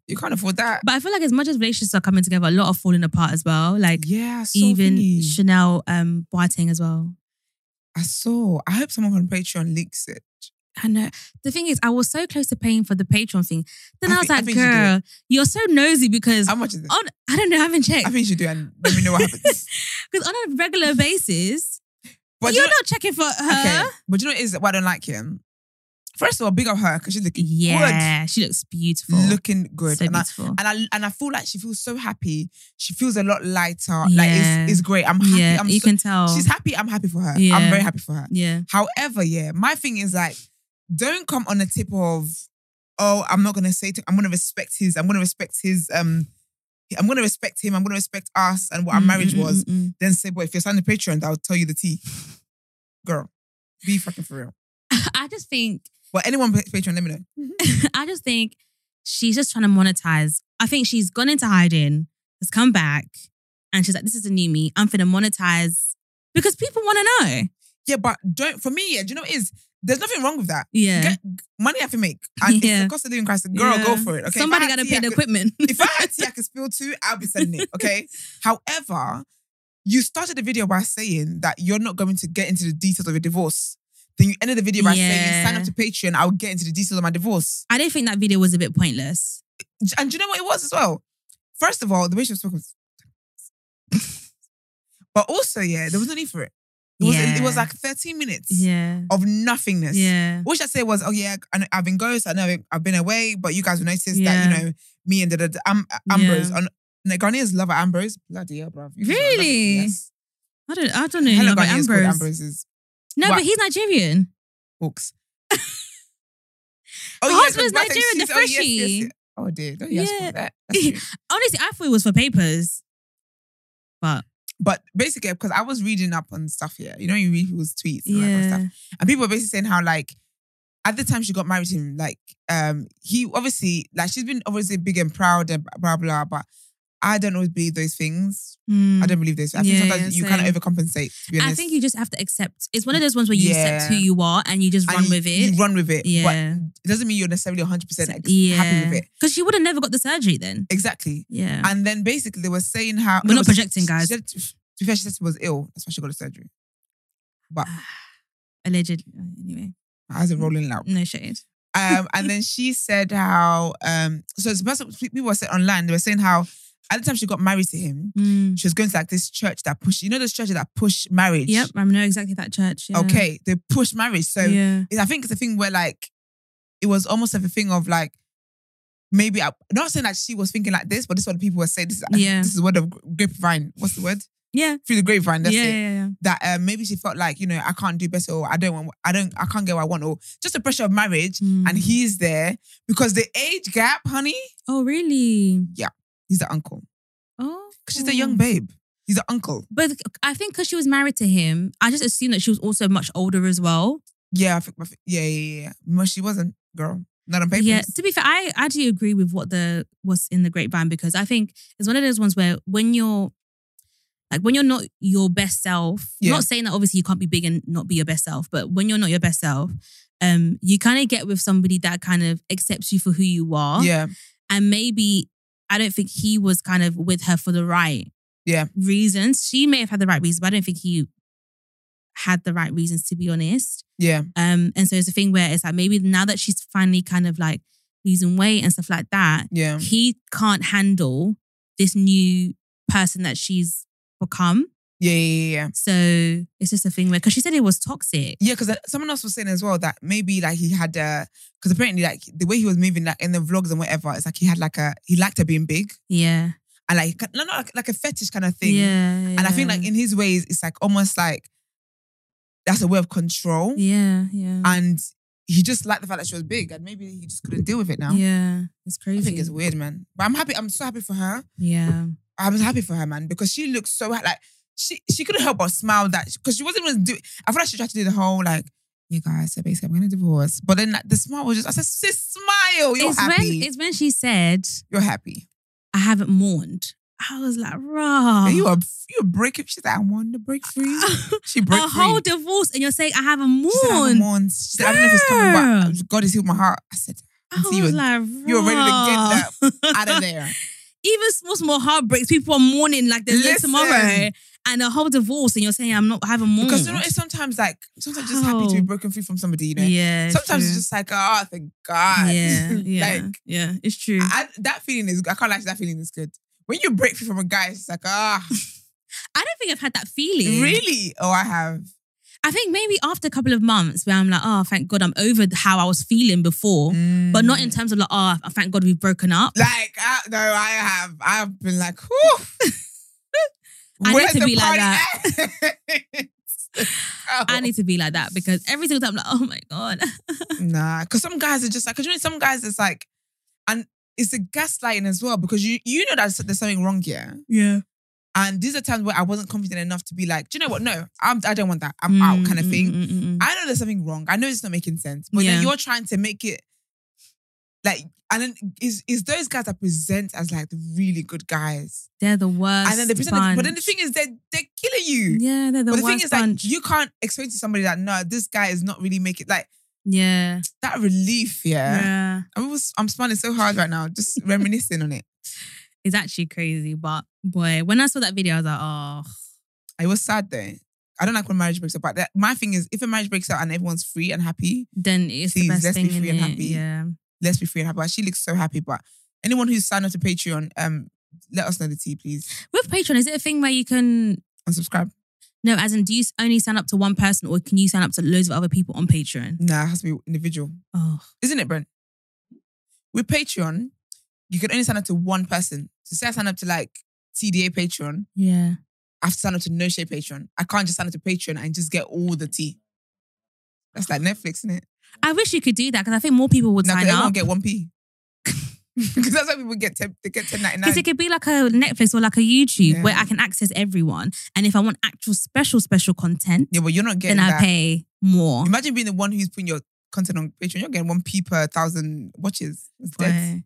Speaker 2: you can't afford that.
Speaker 1: But I feel like as much as relationships are coming together, a lot are falling apart as well. Like
Speaker 2: yeah, I saw
Speaker 1: even
Speaker 2: Vinny.
Speaker 1: Chanel um Boateng as well.
Speaker 2: I saw. I hope someone on Patreon leaks it.
Speaker 1: I know. The thing is, I was so close to paying for the Patreon thing. Then
Speaker 2: I
Speaker 1: I, was
Speaker 2: think- I
Speaker 1: like,
Speaker 2: think you do
Speaker 1: girl, you're so nosy because
Speaker 2: How much is this?
Speaker 1: on, I don't know, I haven't
Speaker 2: I
Speaker 1: checked.
Speaker 2: think you should do, it and let me know what happens.
Speaker 1: Because on a regular basis,
Speaker 2: But
Speaker 1: you're
Speaker 2: you know,
Speaker 1: not checking for her.
Speaker 2: okay. But you know what is why I don't like him. First of all, big up her because she's looking
Speaker 1: Yeah, she looks beautiful.
Speaker 2: good, looking good,
Speaker 1: so
Speaker 2: and I,
Speaker 1: beautiful.
Speaker 2: and I and I feel like she feels so happy. She feels a lot lighter. Like
Speaker 1: Yeah.
Speaker 2: it's, it's great. I'm happy.
Speaker 1: yeah,
Speaker 2: I'm
Speaker 1: you
Speaker 2: so-
Speaker 1: can tell.
Speaker 2: she's happy. I'm happy for her. I'm
Speaker 1: Yeah.
Speaker 2: very happy for her.
Speaker 1: yeah.
Speaker 2: However, yeah, my thing is like, don't come on the tip of, oh, I'm not gonna say. To, I'm gonna respect his. I'm gonna respect his. Um, I'm gonna respect him. I'm gonna respect us and what our
Speaker 1: Mm,
Speaker 2: marriage
Speaker 1: mm,
Speaker 2: was.
Speaker 1: mm, mm.
Speaker 2: Then say, boy, if you're signing Patreon, I'll tell you the tea, girl. Be fucking for real.
Speaker 1: I just think
Speaker 2: But anyone pa- Patreon, let me know.
Speaker 1: I just think she's just trying to monetize. I think she's gone into hiding, has come back, and she's like, "This is a new me. I'm finna monetize because people want to know."
Speaker 2: Yeah, but don't for me. Yeah, do you know what it is? There's nothing wrong with that.
Speaker 1: Yeah,
Speaker 2: Get money I can make, and it's
Speaker 1: Yeah.
Speaker 2: the cost of living crisis. Girl,
Speaker 1: Yeah.
Speaker 2: go for it. Okay,
Speaker 1: somebody
Speaker 2: If I
Speaker 1: got
Speaker 2: had
Speaker 1: to
Speaker 2: tea,
Speaker 1: pay
Speaker 2: I
Speaker 1: the
Speaker 2: could-
Speaker 1: equipment.
Speaker 2: if I had tea I could spill two, I'll be sending it. Okay. However, you started the video by saying that you're not going to get into the details of your divorce. Then you ended the video by saying,
Speaker 1: Yeah.
Speaker 2: sign up to Patreon, I'll get into the details of my divorce.
Speaker 1: I don't think that video was a bit pointless.
Speaker 2: And do you know what it was as well? First of all, the way she was talking was. but also, yeah, there was no need for it. It was, it was
Speaker 1: Yeah.
Speaker 2: like 13 minutes
Speaker 1: Yeah,
Speaker 2: of nothingness.
Speaker 1: yeah,
Speaker 2: What I say was, oh yeah, I know I've been ghost. I know I've been away, but you guys will notice that
Speaker 1: Yeah.
Speaker 2: you know me and the, the, Am- Ambrose. On, the Ghanaians love our Ambrose. Bloody hell, bruv. You guys love it.
Speaker 1: Really?
Speaker 2: Yes.
Speaker 1: I don't, I don't know.
Speaker 2: Hello,
Speaker 1: Hello, about
Speaker 2: Ghanaians called
Speaker 1: Ambrose.
Speaker 2: Ambrose's
Speaker 1: No,
Speaker 2: Wha-
Speaker 1: but he's Nigerian.
Speaker 2: hooks. Oh,
Speaker 1: The
Speaker 2: 'cause
Speaker 1: husband's
Speaker 2: Martin,
Speaker 1: Nigerian, the
Speaker 2: she's- oh, yes, yes,
Speaker 1: freshie.
Speaker 2: yes. Oh dear, don't you ask me
Speaker 1: Yeah.
Speaker 2: that. That's true.
Speaker 1: Honestly, I thought it was for papers, but
Speaker 2: but basically, because I was reading up on stuff here, you know, you read people's tweets and all that kind of stuff.
Speaker 1: yeah,
Speaker 2: And people were basically saying how like at the time she got married to him, like um he obviously like she's been obviously big and proud and blah blah, blah but I don't always believe those things. I
Speaker 1: Mm.
Speaker 2: don't believe those. I think
Speaker 1: Yeah,
Speaker 2: sometimes
Speaker 1: yeah,
Speaker 2: you kind of
Speaker 1: same.
Speaker 2: overcompensate. To be honest,
Speaker 1: I think you just have to accept. It's one of those ones where you
Speaker 2: Yeah.
Speaker 1: accept who you are and you just
Speaker 2: And
Speaker 1: run
Speaker 2: you-
Speaker 1: with it.
Speaker 2: You run with it.
Speaker 1: Yeah.
Speaker 2: But it doesn't mean you're necessarily 100 percent
Speaker 1: So-
Speaker 2: happy with it.
Speaker 1: Because she would have never got the surgery then.
Speaker 2: Exactly.
Speaker 1: Yeah.
Speaker 2: And then basically they were saying how
Speaker 1: We're
Speaker 2: no,
Speaker 1: not
Speaker 2: she-
Speaker 1: projecting, guys.
Speaker 2: She said, to be fair, she said she was ill. That's why she got the surgery. But
Speaker 1: Allegedly.
Speaker 2: uh,
Speaker 1: Anyway,
Speaker 2: my eyes are rolling out.
Speaker 1: no shade.
Speaker 2: Um, and then she said how um so it's person people were saying online, they were saying how at the time she got married to him,
Speaker 1: Mm.
Speaker 2: she was going to like this church that push, you know those churches that push marriage.
Speaker 1: Yep, I know exactly that church. Yeah.
Speaker 2: Okay. They push marriage. So
Speaker 1: yeah.
Speaker 2: it- I think it's a thing where like it was almost like a thing of like maybe I not saying that she was thinking like this, but this is what the people were saying. This is
Speaker 1: Yeah.
Speaker 2: this is word of grapevine. What's the word?
Speaker 1: Yeah.
Speaker 2: Through the grapevine. That's
Speaker 1: yeah,
Speaker 2: it.
Speaker 1: yeah, yeah.
Speaker 2: That um, maybe she felt like you know I can't do better or I don't want I don't I can't get what I want or just the pressure of marriage
Speaker 1: Mm.
Speaker 2: and he's there because the age gap, honey.
Speaker 1: Oh, really?
Speaker 2: He's the uncle
Speaker 1: Oh.
Speaker 2: because she's a young babe. He's the uncle.
Speaker 1: But I think because she was married to him, I just assumed that she was also much older as well.
Speaker 2: Yeah, I think, I think- yeah, yeah, yeah. No, she wasn't, girl. Not on papers.
Speaker 1: Yeah. To be fair, I, I do agree with what the what's in the grapevine because I think it's one of those ones where when you're like when you're not your best self,
Speaker 2: Yeah.
Speaker 1: not saying that obviously you can't be big and not be your best self, but when you're not your best self, um, you kind of get with somebody that kind of accepts you for who you are.
Speaker 2: yeah,
Speaker 1: And maybe I don't think he was kind of with her for the right
Speaker 2: Yeah.
Speaker 1: reasons. She may have had the right reasons, but I don't think he had the right reasons to be honest.
Speaker 2: yeah.
Speaker 1: Um, and so it's a thing where it's like maybe now that she's finally kind of like losing weight and stuff like that,
Speaker 2: yeah.
Speaker 1: he can't handle this new person that she's become.
Speaker 2: Yeah, yeah, yeah.
Speaker 1: So it's just a thing where, because she said it was toxic.
Speaker 2: Yeah, because someone else was saying as well that maybe like he had a because apparently like the way he was moving like in the vlogs and whatever, it's like he had like a he liked her being big
Speaker 1: Yeah.
Speaker 2: and like no, not like, like a fetish kind of thing.
Speaker 1: Yeah.
Speaker 2: And I think
Speaker 1: yeah.
Speaker 2: like in his ways, it's like almost like that's a way of control.
Speaker 1: Yeah. Yeah.
Speaker 2: And he just liked the fact that she was big, and maybe he just couldn't deal with it now.
Speaker 1: Yeah. It's
Speaker 2: I
Speaker 1: crazy.
Speaker 2: think it's weird, man. But I'm happy. I'm so happy for her.
Speaker 1: yeah.
Speaker 2: I was happy for her, man, because she looked so ha- like she she couldn't help but smile that because she wasn't even doing. I feel like she tried to do the whole like, you guys, so basically I'm gonna divorce, but then like, the smile was just. I said, sis, smile. You're
Speaker 1: It's
Speaker 2: happy.
Speaker 1: when, it's when she said,
Speaker 2: You're happy.
Speaker 1: I haven't mourned. I was like, raw.
Speaker 2: And you are you a break. She's like, I want to break free. She
Speaker 1: a
Speaker 2: broke free.
Speaker 1: whole divorce and you're saying I haven't
Speaker 2: She said, I, haven't
Speaker 1: mourned.
Speaker 2: mourned. she said, I don't know if it's coming
Speaker 1: Girl.
Speaker 2: back. God has healed my heart. I said,
Speaker 1: I
Speaker 2: See, you
Speaker 1: was
Speaker 2: were-
Speaker 1: like,
Speaker 2: you were ready to
Speaker 1: "Raw."
Speaker 2: out of there.
Speaker 1: Even small, small heartbreaks, people are mourning like there's no
Speaker 2: Listen.
Speaker 1: tomorrow, and a whole divorce, and you're saying I'm not, I haven't mourned.
Speaker 2: Because you know, it's sometimes like sometimes just happy to be
Speaker 1: Wow.
Speaker 2: broken free from somebody. You know,
Speaker 1: yeah,
Speaker 2: sometimes it's
Speaker 1: true.
Speaker 2: just like, oh, thank God.
Speaker 1: yeah, yeah,
Speaker 2: like
Speaker 1: yeah, it's true. I,
Speaker 2: I, that feeling is. I can't lie. to you, That feeling is good. When you break free from a guy, it's like ah,
Speaker 1: don't think I've had that feeling.
Speaker 2: really? Oh, I have.
Speaker 1: I think maybe after a couple of months where I'm like, oh, thank God, I'm over how I was feeling before, but not in terms of like, oh, thank God we've broken up.
Speaker 2: Mm. Like I, no, I have. I've been like, whew.
Speaker 1: I need
Speaker 2: Where's
Speaker 1: to
Speaker 2: the
Speaker 1: be like
Speaker 2: party
Speaker 1: that.
Speaker 2: at? Oh.
Speaker 1: I need to be like that because every single time I'm like, oh my God.
Speaker 2: Nah, because some guys are just like, because you know, some guys it's like, and it's the gaslighting as well because you you know that there's something wrong here,
Speaker 1: Yeah.
Speaker 2: and these are times where I wasn't confident enough to be like, do you know what? No, I'm, I don't want that. I'm out,
Speaker 1: Mm,
Speaker 2: kind of thing. I know there's something wrong. I know it's not making sense, but
Speaker 1: Yeah.
Speaker 2: then you're trying to make it like, and then is is those guys that present as like the really good guys,
Speaker 1: They're the worst.
Speaker 2: and then they present,
Speaker 1: bunch.
Speaker 2: but then the thing is they they're killing you.
Speaker 1: yeah, they're the
Speaker 2: but the
Speaker 1: worst
Speaker 2: thing is
Speaker 1: bunch.
Speaker 2: like you can't explain to somebody that no, this guy is not really making like
Speaker 1: yeah,
Speaker 2: that relief.
Speaker 1: yeah,
Speaker 2: yeah. I was, I'm smiling so hard right now, just reminiscing on it.
Speaker 1: It's actually crazy, but boy, when I saw that video, I was like, oh,
Speaker 2: It was sad though. I don't like when marriage breaks up, but that, my thing is, if a marriage breaks up and everyone's free and happy,
Speaker 1: then it's
Speaker 2: Please,
Speaker 1: the best
Speaker 2: let's
Speaker 1: thing
Speaker 2: be free
Speaker 1: in
Speaker 2: and happy.
Speaker 1: Yeah,
Speaker 2: let's be free and happy. Like, She looks so happy, but anyone who's signed up to Patreon, um, let us know the tea, please,
Speaker 1: with Patreon, is it a thing where you can?
Speaker 2: and subscribe.
Speaker 1: No, as in, do you s- only sign up to one person, or can you sign up to loads of other people on Patreon?
Speaker 2: Nah, it has to be individual,
Speaker 1: Oh,
Speaker 2: isn't it, Brent? With Patreon, you can only sign up to one person. So say I sign up to like TDA Patreon,
Speaker 1: yeah.
Speaker 2: I have to sign up to No Shade Patreon. I can't just sign up to Patreon and just get all the tea. That's like Netflix, isn't it?
Speaker 1: I wish you could do that because I think more people would
Speaker 2: No, 'cause
Speaker 1: sign
Speaker 2: everyone
Speaker 1: up.
Speaker 2: get one p. Because that's why people get ten, they get ten ninety
Speaker 1: Because
Speaker 2: nine.
Speaker 1: it could be like a Netflix or like a YouTube
Speaker 2: Yeah.
Speaker 1: where I can access everyone, and if I want actual special special content,
Speaker 2: Yeah, but you're not getting
Speaker 1: then I
Speaker 2: that.
Speaker 1: pay more.
Speaker 2: Imagine being the one who's putting your content on Patreon. You're getting one p per thousand watches. It's
Speaker 1: But,
Speaker 2: dead.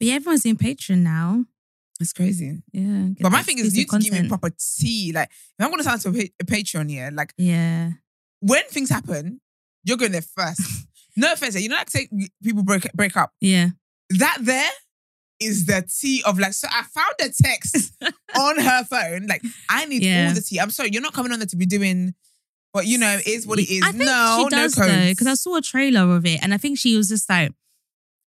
Speaker 1: but yeah, everyone's doing Patreon now.
Speaker 2: It's crazy.
Speaker 1: Yeah. get
Speaker 2: But my
Speaker 1: that
Speaker 2: thing is, you need to
Speaker 1: exclusive
Speaker 2: give me
Speaker 1: content.
Speaker 2: proper tea. Like, if I'm gonna sign up to a pa- a Patreon, yeah, like
Speaker 1: Yeah.
Speaker 2: when things happen, you're going there first. no offense, yeah, you know, like say people break break up.
Speaker 1: Yeah.
Speaker 2: That there is the tea of like. So I found a text on her phone. Like, I need
Speaker 1: Yeah.
Speaker 2: all the tea. I'm sorry, you're not coming on there to be doing. But you know, it is what it is.
Speaker 1: I think
Speaker 2: no,
Speaker 1: she does
Speaker 2: no codes.
Speaker 1: though, because I saw a trailer of it, and I think she was just like,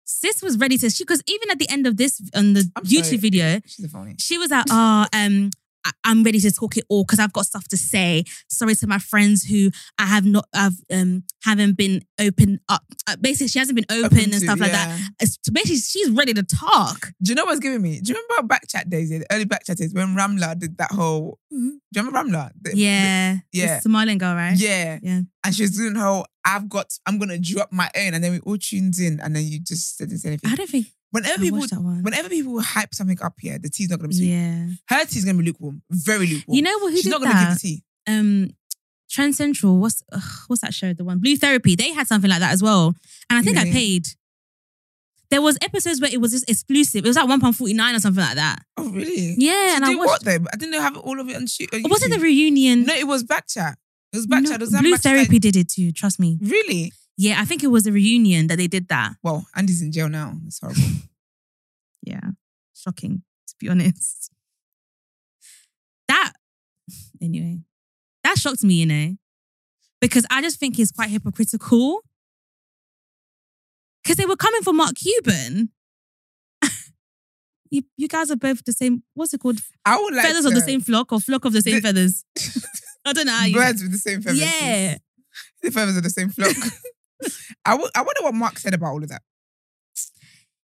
Speaker 1: sis was ready to. She because even at the end of this on the
Speaker 2: I'm
Speaker 1: YouTube
Speaker 2: sorry.
Speaker 1: video,
Speaker 2: She's a phony.
Speaker 1: she was like, oh, um. I- I'm ready to talk it all because I've got stuff to say. Sorry to my friends who I have not, I've um, haven't been open up. Uh, basically, she hasn't been open,
Speaker 2: Open
Speaker 1: and
Speaker 2: to-
Speaker 1: stuff like
Speaker 2: yeah.
Speaker 1: that. It's, basically, she's ready to talk.
Speaker 2: Do you know what's giving me? Do you remember backchat days? yeah, The early backchat days when Ramla did that whole. Do you remember Ramla? The-
Speaker 1: Mm-hmm. Yeah,
Speaker 2: yeah.
Speaker 1: the Somalian girl, right?
Speaker 2: Yeah.
Speaker 1: Yeah.
Speaker 2: And she was doing her whole, I've got, I'm going to drop my own. And then we all tuned in and then you just didn't say
Speaker 1: I
Speaker 2: anything.
Speaker 1: don't think
Speaker 2: Whenever
Speaker 1: I
Speaker 2: people,
Speaker 1: watched that one.
Speaker 2: whenever people hype something up here, the tea's not going to be sweet.
Speaker 1: Yeah.
Speaker 2: Her tea's going to be lukewarm, very lukewarm.
Speaker 1: You know what? Who
Speaker 2: She's
Speaker 1: did
Speaker 2: not to
Speaker 1: that?
Speaker 2: give the tea.
Speaker 1: um Trend Central, what's ugh, what's that show? The one Blue Therapy. They had something like that as well, and I think I
Speaker 2: Really?
Speaker 1: paid. There was episodes where it was just exclusive. It was like one pound forty nine or something like that.
Speaker 2: Oh, really?
Speaker 1: Yeah,
Speaker 2: She
Speaker 1: and I
Speaker 2: did
Speaker 1: watched.
Speaker 2: what though? I didn't know have it all of it on shoot. on
Speaker 1: Or was it the
Speaker 2: YouTube.
Speaker 1: reunion?
Speaker 2: No, it was backchat. It was backchat.
Speaker 1: No,
Speaker 2: it was that
Speaker 1: Blue
Speaker 2: backchat that-
Speaker 1: Therapy did it too. Trust me.
Speaker 2: Really?
Speaker 1: Yeah, I think it was the reunion that they did that.
Speaker 2: Well, Andy's in jail now. It's horrible.
Speaker 1: Yeah, shocking to be honest. That anyway, that shocked me, you know, because I just think it's quite hypocritical. Because they were coming for Mark Cuban. you, you guys are both the same. What's it called?
Speaker 2: I would like
Speaker 1: feathers of the
Speaker 2: to-
Speaker 1: same flock or flock of the same
Speaker 2: The-
Speaker 1: feathers. I don't know. How you,
Speaker 2: Birds with the same feathers.
Speaker 1: yeah,
Speaker 2: The feathers are the same flock. I wo- I wonder what Mark said about all of that.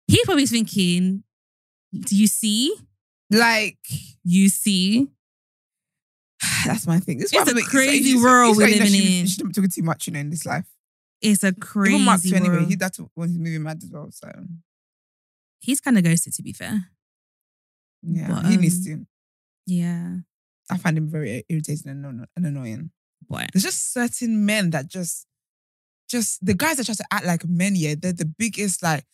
Speaker 1: he's probably thinking, "Do you see?
Speaker 2: Like,
Speaker 1: You see?
Speaker 2: that's my thing. This is
Speaker 1: It's
Speaker 2: why
Speaker 1: a
Speaker 2: I'm like-
Speaker 1: crazy
Speaker 2: it's- it's-
Speaker 1: world
Speaker 2: it's
Speaker 1: we're
Speaker 2: why you know
Speaker 1: living
Speaker 2: she-
Speaker 1: in.
Speaker 2: You shouldn't be talking too much, you know, in this life.
Speaker 1: It's a crazy
Speaker 2: Even Mark, too, anyway.
Speaker 1: world."
Speaker 2: He, that's when he's moving mad as well. So,
Speaker 1: he's kind of ghosted, to be fair.
Speaker 2: yeah,
Speaker 1: But,
Speaker 2: he needs
Speaker 1: um,
Speaker 2: to.
Speaker 1: Yeah,
Speaker 2: I find him very irritating and, anno- and annoying.
Speaker 1: but
Speaker 2: There's just certain men that just, just the guys that try to act like men. Yeah, they're the biggest like,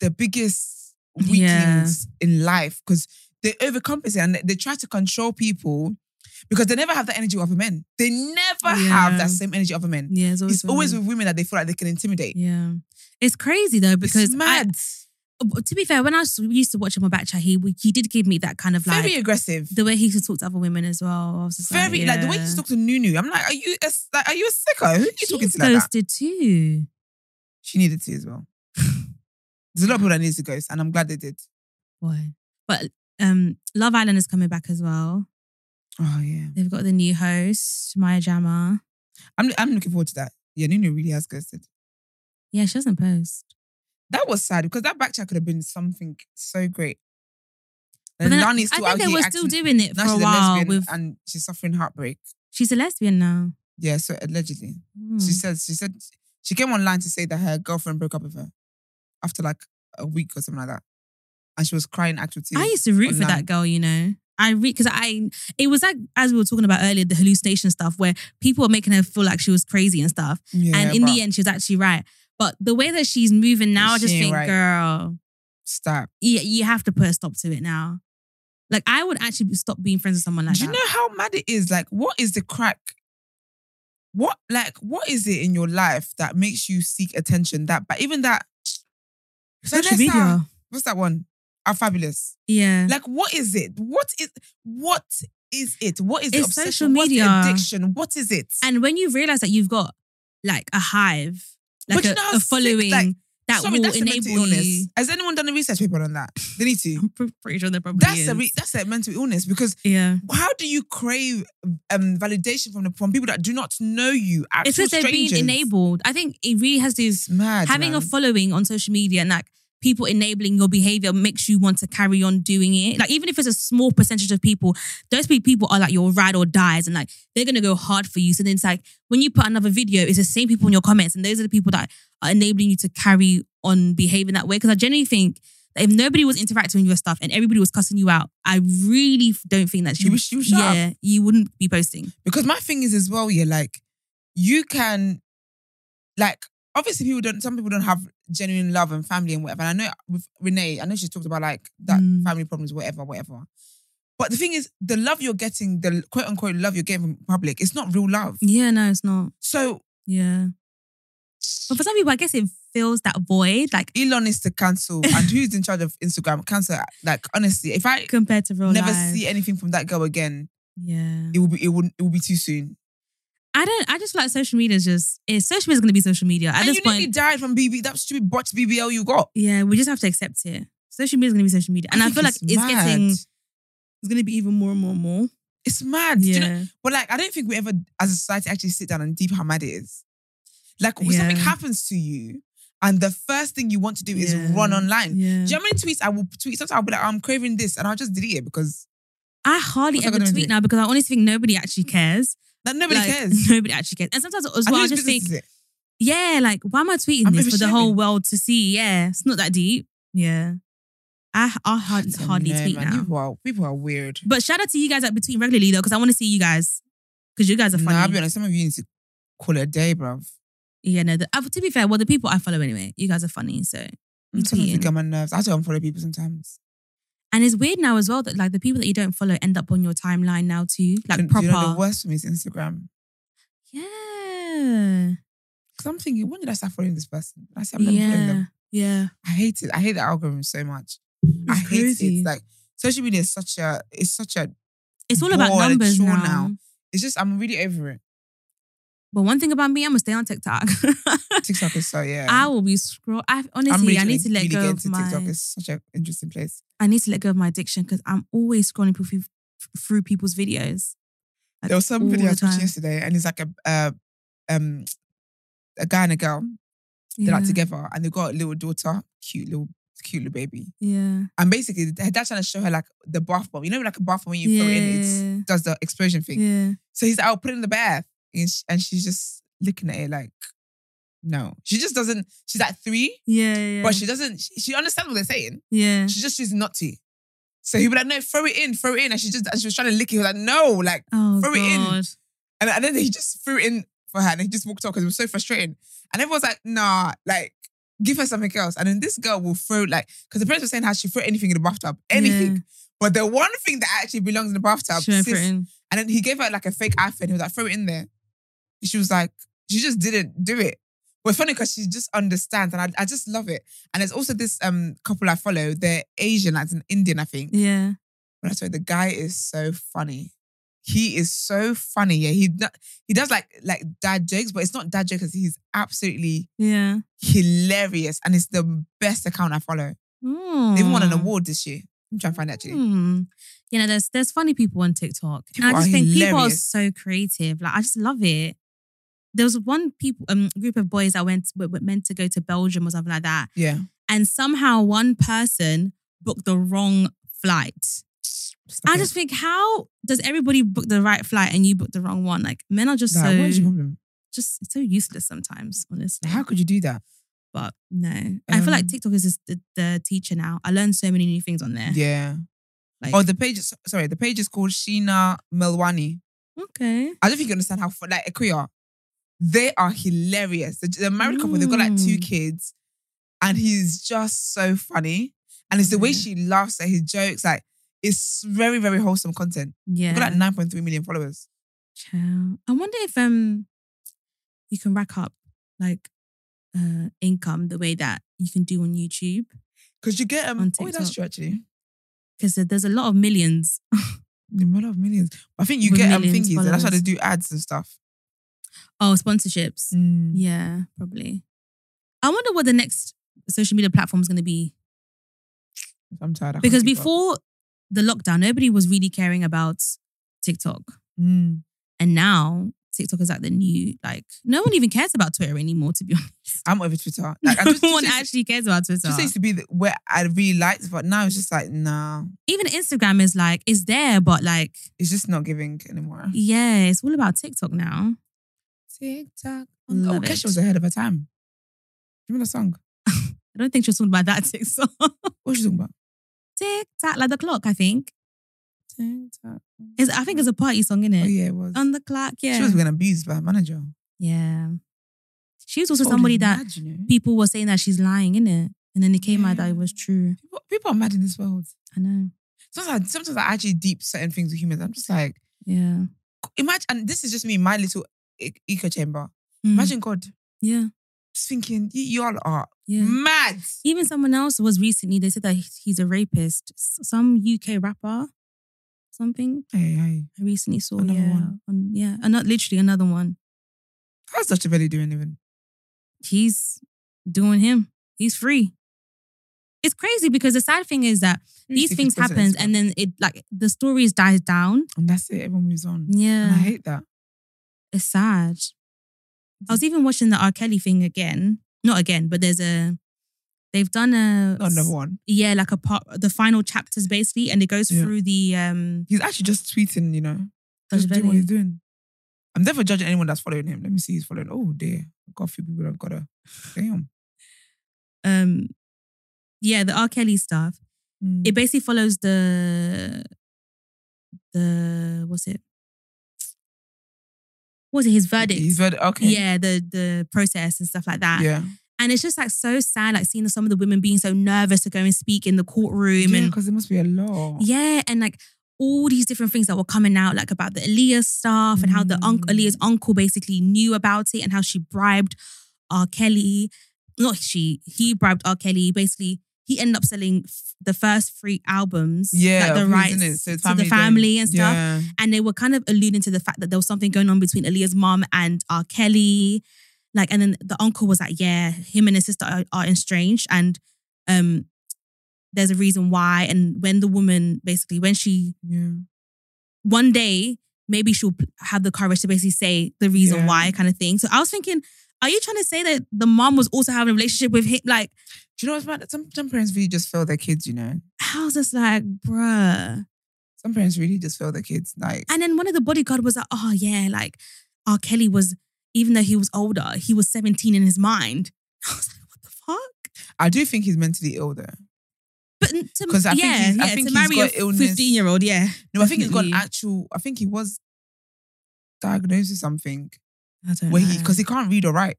Speaker 2: the biggest
Speaker 1: Yeah.
Speaker 2: weaklings in life because they overcompensate and they- they try to control people because they never have the energy of other men. They never have
Speaker 1: Yeah.
Speaker 2: that same energy of other men.
Speaker 1: yeah, it's always,
Speaker 2: It's always
Speaker 1: women.
Speaker 2: with women that they feel like they can intimidate.
Speaker 1: yeah. It's crazy though because
Speaker 2: it's
Speaker 1: I- Oh,
Speaker 2: mad,
Speaker 1: but to be fair, when I was- we used to watch him on Backchat, he he did give me that kind of like
Speaker 2: very aggressive.
Speaker 1: the way he used to talk to other women as well. I was just
Speaker 2: very like the way
Speaker 1: yeah.
Speaker 2: you just talk to Nunu. I'm like, are you a, like, are you a sicko? Who are you
Speaker 1: She's
Speaker 2: talking to like that?
Speaker 1: ghosted too.
Speaker 2: She needed to as well. There's a lot of people that needs to ghost, and I'm glad they did.
Speaker 1: Why? But um, Love Island is coming back as well.
Speaker 2: Oh yeah,
Speaker 1: They've got the new host, Maya Jama.
Speaker 2: I'm I'm looking forward to that. Yeah, Nunu really has ghosted.
Speaker 1: Yeah, she doesn't post.
Speaker 2: That was sad because that backchat could have been something so great.
Speaker 1: But
Speaker 2: And
Speaker 1: then I-
Speaker 2: Lani's still
Speaker 1: I
Speaker 2: out
Speaker 1: think they
Speaker 2: here
Speaker 1: were
Speaker 2: acting-
Speaker 1: still doing it for
Speaker 2: now
Speaker 1: a
Speaker 2: she's
Speaker 1: while.
Speaker 2: lesbian
Speaker 1: with
Speaker 2: and she's suffering heartbreak.
Speaker 1: she's a lesbian now.
Speaker 2: Yeah, so allegedly,
Speaker 1: Hmm.
Speaker 2: she says she said she came online to say that her girlfriend broke up with her after like a week or something like that, and she was crying actual tears.
Speaker 1: I used to root for
Speaker 2: online.
Speaker 1: that girl, you know. I read because I it was like as we were talking about earlier, the hallucination stuff where people were making her feel like she was crazy and stuff.
Speaker 2: Yeah,
Speaker 1: and in
Speaker 2: but-
Speaker 1: the end, she was actually right. But the way that she's moving now, I just
Speaker 2: She ain't
Speaker 1: think,
Speaker 2: right.
Speaker 1: girl,
Speaker 2: Stop.
Speaker 1: you, you have to put a stop to it now. Like I would actually stop being friends with someone like
Speaker 2: Do you
Speaker 1: that.
Speaker 2: know how mad it is? Like, what is the crack? What like what is it in your life that makes you seek attention? That but even that
Speaker 1: Social
Speaker 2: Vanessa,
Speaker 1: media.
Speaker 2: What's that one? Are fabulous.
Speaker 1: Yeah.
Speaker 2: Like, what is it? What is what is it? What is the
Speaker 1: It's
Speaker 2: obsession?
Speaker 1: social media.
Speaker 2: What's the addiction? What is it?
Speaker 1: and when you realize that you've got like a hive, like
Speaker 2: But you
Speaker 1: a,
Speaker 2: know how
Speaker 1: a
Speaker 2: sick,
Speaker 1: following
Speaker 2: like,
Speaker 1: that
Speaker 2: Sorry,
Speaker 1: will
Speaker 2: that's a mental
Speaker 1: enable
Speaker 2: illness.
Speaker 1: you.
Speaker 2: Has anyone done a research paper on that? They need to.
Speaker 1: I'm pre- pretty sure there probably
Speaker 2: That's
Speaker 1: is.
Speaker 2: a re- that's a mental illness because
Speaker 1: yeah.
Speaker 2: how do you crave um, validation from the, from people that do not know you? Actual
Speaker 1: It's because they're being
Speaker 2: strangers?
Speaker 1: enabled. I think it really has to do with
Speaker 2: It's mad.
Speaker 1: having
Speaker 2: man.
Speaker 1: a following on social media and like people enabling your behavior makes you want to carry on doing it. Like even if it's a small percentage of people, those pe- people are like your ride or dies and like they're gonna go hard for you. So then it's like when you put another video, it's the same people in your comments and those are the people that are enabling you to carry on behaving that way. Because I genuinely think that if nobody was interacting with your stuff and everybody was cussing you out, I really don't think that
Speaker 2: You
Speaker 1: you,
Speaker 2: would- you would shut up.
Speaker 1: yeah, you wouldn't be posting.
Speaker 2: because my thing is as well. Yeah, like you can, like obviously people don't. Some people don't have genuine love and family and whatever. And I know with Renee, I know she's talked about like that
Speaker 1: Mm.
Speaker 2: family problems, whatever, whatever. But the thing is, the love you're getting, the quote unquote love you're getting from public, it's not real love.
Speaker 1: Yeah, no, it's not.
Speaker 2: So
Speaker 1: Yeah. But for some people, I guess it fills that void, like
Speaker 2: Elon is to cancel, and who's in charge of Instagram? Cancel. Like honestly, if I
Speaker 1: compared to real
Speaker 2: never
Speaker 1: life.
Speaker 2: see anything from that girl again,
Speaker 1: yeah.
Speaker 2: it will be it will it will be too soon.
Speaker 1: I don't, I just feel like social media is just, it's, social media is going to be social media. At
Speaker 2: and
Speaker 1: this
Speaker 2: you
Speaker 1: point,
Speaker 2: nearly died from BB that stupid botched BBL you got.
Speaker 1: yeah, we just have to accept it. Social media is going to be social media. And I,
Speaker 2: think
Speaker 1: feel like it's
Speaker 2: mad.
Speaker 1: getting, it's going to be even more and more and more.
Speaker 2: it's mad. Do you
Speaker 1: Yeah.
Speaker 2: know- but like I don't think we ever as a society actually sit down and deep how mad it is. Like when
Speaker 1: Yeah.
Speaker 2: something happens to you, and the first thing you want to do is
Speaker 1: Yeah.
Speaker 2: run online.
Speaker 1: yeah.
Speaker 2: Do you know how many tweets I will tweet? Sometimes I'll be like, "Oh, I'm craving this, and I'll just delete it because
Speaker 1: I hardly
Speaker 2: What's that
Speaker 1: ever
Speaker 2: gonna
Speaker 1: tweet
Speaker 2: do?
Speaker 1: now because I honestly think nobody actually cares.
Speaker 2: like, nobody
Speaker 1: Like,
Speaker 2: cares.
Speaker 1: Nobody actually cares. And sometimes as
Speaker 2: And
Speaker 1: well, I
Speaker 2: whose
Speaker 1: just
Speaker 2: business
Speaker 1: think,
Speaker 2: is it?
Speaker 1: yeah, like why am I tweeting
Speaker 2: I'm
Speaker 1: this for the whole
Speaker 2: oversharing.
Speaker 1: world to see? Yeah, it's not that deep. Yeah, I I hardly,
Speaker 2: I
Speaker 1: hardly
Speaker 2: don't know,
Speaker 1: tweet
Speaker 2: man.
Speaker 1: now.
Speaker 2: People are, people are weird.
Speaker 1: But shout out to you guys at Between regularly though, because I want to see you guys because you guys are funny.
Speaker 2: Nah, I'll be honest. Some of you need to call it a day, bruv.
Speaker 1: yeah, no. The, uh, to be fair, well, the people I follow anyway, you guys are funny. So
Speaker 2: I'm starting to
Speaker 1: Tweeting.
Speaker 2: get on my nerves. I have to unfollow people sometimes.
Speaker 1: and it's weird now as well that like the people that you don't follow end up on your timeline now too, like
Speaker 2: Do you know-
Speaker 1: proper.
Speaker 2: do you know the worst for me is Instagram.
Speaker 1: yeah,
Speaker 2: Because I'm thinking, when did I start following this person? I said, I'm never following
Speaker 1: yeah,
Speaker 2: them.
Speaker 1: yeah.
Speaker 2: I hate it. I hate the algorithm so much. I hate
Speaker 1: crazy.
Speaker 2: it. Like social media is such a it's such a
Speaker 1: It's all about
Speaker 2: Bored,
Speaker 1: numbers
Speaker 2: sure
Speaker 1: now.
Speaker 2: now. it's just I'm really over it.
Speaker 1: But one thing about me, I'm gonna stay on TikTok.
Speaker 2: TikTok is so yeah.
Speaker 1: I will be scroll. I honestly, I
Speaker 2: gonna-
Speaker 1: need to let
Speaker 2: really
Speaker 1: go
Speaker 2: get
Speaker 1: of
Speaker 2: into
Speaker 1: my.
Speaker 2: TikTok. It's such an interesting place.
Speaker 1: I need to let go of my addiction because I'm always scrolling through, through people's videos. Like,
Speaker 2: There was some
Speaker 1: all
Speaker 2: video
Speaker 1: the
Speaker 2: I was watching
Speaker 1: time.
Speaker 2: yesterday, and it's like a uh, um a guy and a girl. They're like
Speaker 1: Yeah,
Speaker 2: together, and they've got a little daughter, cute little cute little baby.
Speaker 1: Yeah.
Speaker 2: And basically, her dad trying to show her like the bath bomb. You know, like a bath bomb when you throw it in, it
Speaker 1: Yeah.
Speaker 2: does the explosion thing.
Speaker 1: Yeah.
Speaker 2: So he's out put it in the bath, and, sh and she's just looking at it like, no, she just doesn't. She's at three,
Speaker 1: Yeah. Yeah.
Speaker 2: but she doesn't. She, she understands what they're saying.
Speaker 1: yeah.
Speaker 2: She just chooses not to. So he would like, no, throw it in, throw it in, and she just and she was trying to lick it. He was like, no, like,
Speaker 1: oh,
Speaker 2: throw it in.
Speaker 1: God.
Speaker 2: and, and then he just threw it in for her, and he just walked off because it was so frustrating. And everyone's like, nah, like. Give her something else, and then this girl will throw like because the parents were saying how she threw anything in the bathtub, anything.
Speaker 1: Yeah.
Speaker 2: But the one thing that actually belongs in the bathtub,
Speaker 1: She went for
Speaker 2: uh, sis,
Speaker 1: it in.
Speaker 2: and then he gave her like a fake iPhone. He was like, throw it in there. And she was like, she just didn't do it. But it's funny because she just understands. And I, I just love it. And there's also this um couple I follow. They're Asian, like it's an Indian, I think.
Speaker 1: Yeah.
Speaker 2: But I swear, the guy is so funny. He is so funny. Yeah, he do- he does like like dad jokes, but it's not dad jokes. He's absolutely
Speaker 1: Yeah.
Speaker 2: hilarious, and it's the best account I follow. They even won an
Speaker 1: Mm.
Speaker 2: award this year. I'm trying to find it, actually.
Speaker 1: Hmm. You know, there's there's funny people on TikTok.
Speaker 2: People
Speaker 1: and I
Speaker 2: are
Speaker 1: just think people are
Speaker 2: hilarious.
Speaker 1: so creative. Like I just love it. There was one people um, group of boys that went were, were meant to go to Belgium or something like that,
Speaker 2: Yeah,
Speaker 1: and somehow one person booked the wrong flight. I just think how does everybody book the right flight and you book the wrong one? Like men are just
Speaker 2: Like, what is your
Speaker 1: so
Speaker 2: problem?
Speaker 1: just so useless sometimes, honestly.
Speaker 2: How could you do that?
Speaker 1: but Mm. no, I feel like
Speaker 2: Um,
Speaker 1: TikTok is just the, the teacher now. I learned so many new things on there.
Speaker 2: Yeah.
Speaker 1: Like,
Speaker 2: Oh, the page. Is, sorry, the page is called Sheena Melwani.
Speaker 1: okay.
Speaker 2: I don't think you understand how fu- like Equia. They are hilarious. They're, they're a married couple. They've got like two
Speaker 1: Mm.
Speaker 2: kids, and he's just so funny. And it's the way
Speaker 1: Okay.
Speaker 2: she laughs at his jokes. Like it's very very wholesome content.
Speaker 1: Yeah.
Speaker 2: They've got like nine point three million followers.
Speaker 1: Child. I wonder if um you can rack up like uh income the way that you can do on YouTube
Speaker 2: Because you get um,
Speaker 1: On
Speaker 2: Oh, that's
Speaker 1: TikTok.
Speaker 2: true actually.
Speaker 1: because there's a lot of millions.
Speaker 2: The amount of millions. I think you
Speaker 1: With
Speaker 2: get um
Speaker 1: millions
Speaker 2: thingies. And that's why they
Speaker 1: followers.
Speaker 2: do ads and stuff.
Speaker 1: Oh,
Speaker 2: Mm.
Speaker 1: sponsorships. Yeah, probably. I wonder what the next social media platform is going to be
Speaker 2: I'm tired. I can't
Speaker 1: because
Speaker 2: keep up.
Speaker 1: before the lockdown, nobody was really caring about TikTok,
Speaker 2: Mm.
Speaker 1: and now TikTok is like the new like no one even cares about Twitter anymore. To be honest,
Speaker 2: I'm over Twitter. I
Speaker 1: no
Speaker 2: just-
Speaker 1: one
Speaker 2: just-
Speaker 1: actually cares about Twitter.
Speaker 2: Just used to be the, where I really liked, but now it's just like, nah,
Speaker 1: Even Instagram is like is there, but like
Speaker 2: it's just not giving anymore.
Speaker 1: Yeah, it's all about TikTok now.
Speaker 2: TikTok. Oh,
Speaker 1: Love
Speaker 2: Kesha
Speaker 1: it.
Speaker 2: was ahead of her time. Remember the song?
Speaker 1: I don't think she was talking about that TikTok.
Speaker 2: What was she talking about?
Speaker 1: TikTok, like the clock, I think.
Speaker 2: TikTok.
Speaker 1: It's, I think it's a party song,
Speaker 2: Oh,
Speaker 1: innit?
Speaker 2: yeah, it was.
Speaker 1: On the clock, Um, yeah.
Speaker 2: She was being abused by a manager.
Speaker 1: yeah. She was also
Speaker 2: Totally
Speaker 1: somebody that
Speaker 2: mad, you know?
Speaker 1: people were saying that she's lying, innit? And then it came out that
Speaker 2: Yeah.
Speaker 1: it was true.
Speaker 2: people, people are mad in this world.
Speaker 1: I know.
Speaker 2: Sometimes, I- sometimes I actually deep certain things with humans. I'm just like,
Speaker 1: Yeah.
Speaker 2: imagine, and this is just me, in my little e- echo chamber.
Speaker 1: Mm.
Speaker 2: Imagine God
Speaker 1: Yeah.
Speaker 2: just thinking, you, you all are
Speaker 1: Yeah.
Speaker 2: mad.
Speaker 1: Even someone else was recently, they said that he- he's a rapist. S- Some UK rapper, something.
Speaker 2: Hey, hey.
Speaker 1: I recently saw.
Speaker 2: Another
Speaker 1: yeah,
Speaker 2: one.
Speaker 1: On, yeah. And not literally another one.
Speaker 2: How's Dr. Belly doing even?
Speaker 1: he's doing him. He's free. It's crazy because the sad thing is that these things happen and then it like the stories dies down.
Speaker 2: And that's it. Everyone moves on. And I
Speaker 1: Yeah.
Speaker 2: hate that.
Speaker 1: It's sad. I was even watching the R. Kelly thing again. Not again, but there's a they've done a
Speaker 2: Not another one.
Speaker 1: yeah, like a part the final chapters basically, and it goes
Speaker 2: Yeah.
Speaker 1: through the um
Speaker 2: He's actually just tweeting, you know, just doing what he's
Speaker 1: Dajabeli.
Speaker 2: doing. I'm never judging anyone that's following him. Let me see who's following. Oh dear, I've got a few people I've got to. Damn.
Speaker 1: um yeah, the R. Kelly stuff.
Speaker 2: Mm.
Speaker 1: it basically follows the the what's it was it his verdict
Speaker 2: He's read. Okay.
Speaker 1: yeah the the process and stuff like that
Speaker 2: Yeah.
Speaker 1: and it's just like so sad like seeing some of the women being so nervous to go and speak in the courtroom
Speaker 2: Yeah,
Speaker 1: and
Speaker 2: because there must be a law.
Speaker 1: yeah and like all these different things that were coming out like about the Aaliyah stuff and how the uncle
Speaker 2: Mm.
Speaker 1: Aaliyah's uncle basically knew about it and how she bribed R Kelly not she he bribed R Kelly basically he ended up selling f- the first three albums,
Speaker 2: Yeah,
Speaker 1: like the
Speaker 2: of his,
Speaker 1: rights
Speaker 2: innit? So his
Speaker 1: to
Speaker 2: family
Speaker 1: the
Speaker 2: then-
Speaker 1: family and stuff.
Speaker 2: Yeah.
Speaker 1: And they were kind of alluding to the fact that there was something going on between Aaliyah's mom and R. Kelly. Like, and then the uncle was like, yeah, him and his sister are, are estranged. And um, there's a reason why. And when the woman basically, when she
Speaker 2: Yeah.
Speaker 1: one day maybe she'll p- have the courage to basically say the reason
Speaker 2: Yeah.
Speaker 1: why kind of thing. So I was thinking, are you trying to say that the mom was also having a relationship with him? Like,
Speaker 2: Do you know what's mad? Some, some parents really just fail their kids, you know.
Speaker 1: I was just like, bruh.
Speaker 2: Some parents really just fail their kids. Like,
Speaker 1: And then one of the bodyguard was like, oh yeah, like R. Kelly was, even though he was older, he was 17 in his mind. I was like, what the fuck?
Speaker 2: I do think he's mentally ill though.
Speaker 1: But n- to,
Speaker 2: 'Cause I think
Speaker 1: yeah,
Speaker 2: he's-
Speaker 1: yeah,
Speaker 2: I think he's
Speaker 1: to marry
Speaker 2: got
Speaker 1: a
Speaker 2: illness.
Speaker 1: 15 year old, yeah.
Speaker 2: No, I think he's got an
Speaker 1: Definitely.
Speaker 2: actual, I think he was diagnosed with something
Speaker 1: I don't
Speaker 2: where
Speaker 1: know.
Speaker 2: he, because he can't read or write.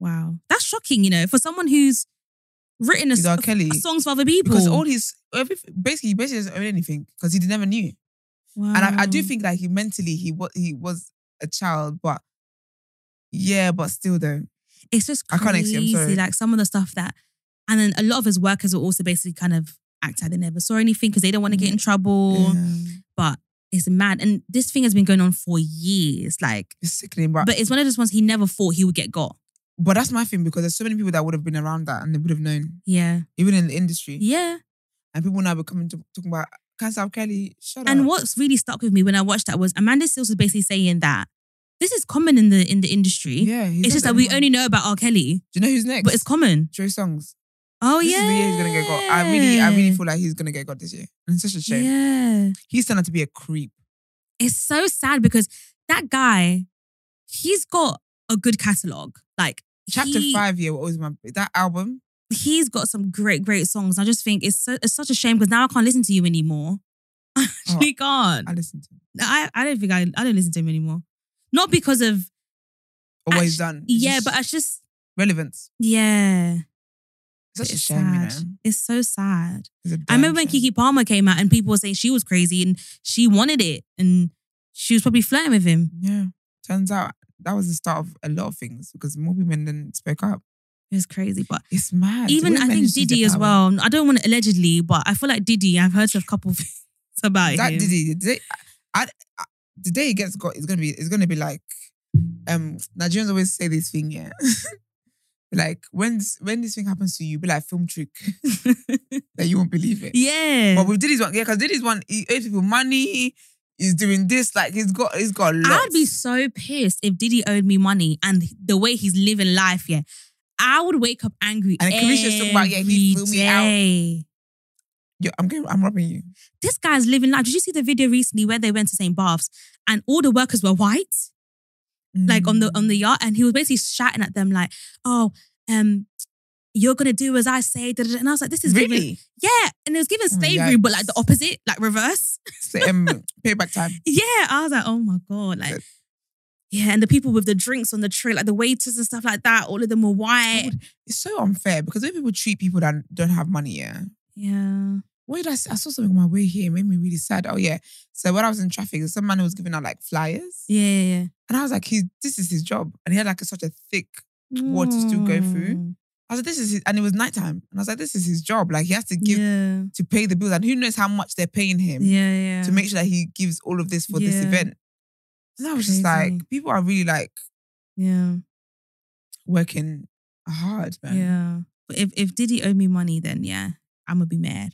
Speaker 1: wow. That's shocking, you know, for someone who's written a,
Speaker 2: He's R.
Speaker 1: s-
Speaker 2: Kelly.
Speaker 1: songs for other people.
Speaker 2: Because all his, every, basically, he basically doesn't own anything because he never knew. And I, I do
Speaker 1: Wow.
Speaker 2: think like he mentally, he was, he was a child, but yeah, but still though.
Speaker 1: it's just
Speaker 2: I
Speaker 1: crazy.
Speaker 2: can't explain, I'm sorry.
Speaker 1: Like some of the stuff that, and then a lot of his workers will also basically kind of act like they never saw anything because they don't want
Speaker 2: Mm.
Speaker 1: to get in trouble.
Speaker 2: Yeah.
Speaker 1: But it's mad, and this thing has been going on for years. Like,
Speaker 2: It's sickening, but, but
Speaker 1: but it's one of those ones he never thought he would get got.
Speaker 2: that's my thing because there's so many people that would have been around that and they would have known,
Speaker 1: Yeah,
Speaker 2: even in the industry.
Speaker 1: yeah.
Speaker 2: And people now were coming to talking about cancer of Kelly. Shut up.
Speaker 1: And what's really stuck with me when I watched that was Amanda Seals was basically saying that this is common in the in the industry.
Speaker 2: Yeah, he's
Speaker 1: It's
Speaker 2: not
Speaker 1: just
Speaker 2: the
Speaker 1: that we
Speaker 2: only one.
Speaker 1: only know about R. Kelly,
Speaker 2: Do you know who's next?
Speaker 1: but it's common.
Speaker 2: Trey Songs.
Speaker 1: Oh
Speaker 2: this
Speaker 1: yeah,
Speaker 2: is the year he's gonna get got. I really, I really feel like he's gonna get got this year. And it's such a shame.
Speaker 1: Yeah.
Speaker 2: He's turned out to be a creep.
Speaker 1: it's so sad because that guy, he's got a good catalog. Like
Speaker 2: Chapter
Speaker 1: he-
Speaker 2: five year always my that album.
Speaker 1: he's got some great, great songs. I just think it's so, it's such a shame because now I can't listen to you anymore. I actually can't.
Speaker 2: I listened to.
Speaker 1: I, I don't think I I don't listen to him anymore. Not because of
Speaker 2: Or what he's
Speaker 1: actu-
Speaker 2: done. It's
Speaker 1: yeah,
Speaker 2: just
Speaker 1: but I just
Speaker 2: relevance.
Speaker 1: yeah.
Speaker 2: It's such a
Speaker 1: It's
Speaker 2: shame, you know.
Speaker 1: sad. It's so sad.
Speaker 2: It's a
Speaker 1: I
Speaker 2: damn
Speaker 1: remember when
Speaker 2: shame.
Speaker 1: Kiki Palmer came out and people were saying she was crazy and she wanted it and she was probably flirting with him.
Speaker 2: Yeah. Turns out that was the start of a lot of things because more women then spoke up.
Speaker 1: It was crazy, but
Speaker 2: It's mad.
Speaker 1: Even
Speaker 2: Women
Speaker 1: I think
Speaker 2: manage to use
Speaker 1: Diddy
Speaker 2: their
Speaker 1: as
Speaker 2: power.
Speaker 1: well. I don't want to allegedly, but I feel like Diddy. I've heard a couple things about
Speaker 2: That
Speaker 1: him.
Speaker 2: Diddy, the day, I, I, the day he gets got, it's gonna be, it's gonna be like, um, Nigerians always say this thing, yeah. like when this, when this thing happens to you, be like film trick that you won't believe it.
Speaker 1: yeah.
Speaker 2: But with Diddy's one, yeah, because Diddy's one, he owes people money. He's doing this, like he's got, he's got. Lots.
Speaker 1: I'd be so pissed if Diddy owed me money and the way he's living life. Yeah, I would wake up angry.
Speaker 2: And Carisha's talking about, yeah, he
Speaker 1: every
Speaker 2: flew me out.
Speaker 1: day.
Speaker 2: Yo, I'm going, I'm robbing you.
Speaker 1: This guy's living life. Did you see the video recently where they went to St. Baths and all the workers were white? like
Speaker 2: Mm.
Speaker 1: on the on the yacht, and he was basically shouting at them like, "Oh, um, you're gonna do as I say." da, da, da." And I was like, "This is giving-
Speaker 2: really,
Speaker 1: yeah." And it was given
Speaker 2: Oh,
Speaker 1: slavery, but like the
Speaker 2: yikes.
Speaker 1: opposite, like reverse.
Speaker 2: so, um, payback time.
Speaker 1: Yeah, I was like, "Oh my god!" Like,
Speaker 2: Good.
Speaker 1: yeah, and the people with the drinks on the tray, like the waiters and stuff like that, all of them were white.
Speaker 2: It's so unfair because when people treat people that don't have money, yeah.
Speaker 1: Yeah,
Speaker 2: What did I say? I saw something on my way here. It made me really sad. Oh yeah. So when I was in traffic, some man was giving out like flyers,
Speaker 1: yeah, yeah.
Speaker 2: and I was like, "He's this is his job." And he had like such a thick.
Speaker 1: yeah.
Speaker 2: What to still go through?
Speaker 1: Mm,
Speaker 2: I was like, "This is," his, and it was nighttime, and I was like, "This is his job. Like he has to give
Speaker 1: Yeah,
Speaker 2: to pay the bills, and who knows how much they're paying him
Speaker 1: yeah, yeah.
Speaker 2: to make sure that he gives all of this for this
Speaker 1: Yeah.
Speaker 2: event." And I was just
Speaker 1: Crazy.
Speaker 2: like, people are really like
Speaker 1: yeah,
Speaker 2: working hard, man.
Speaker 1: yeah. But if if Diddy owed me money, then yeah, I'm gonna be mad.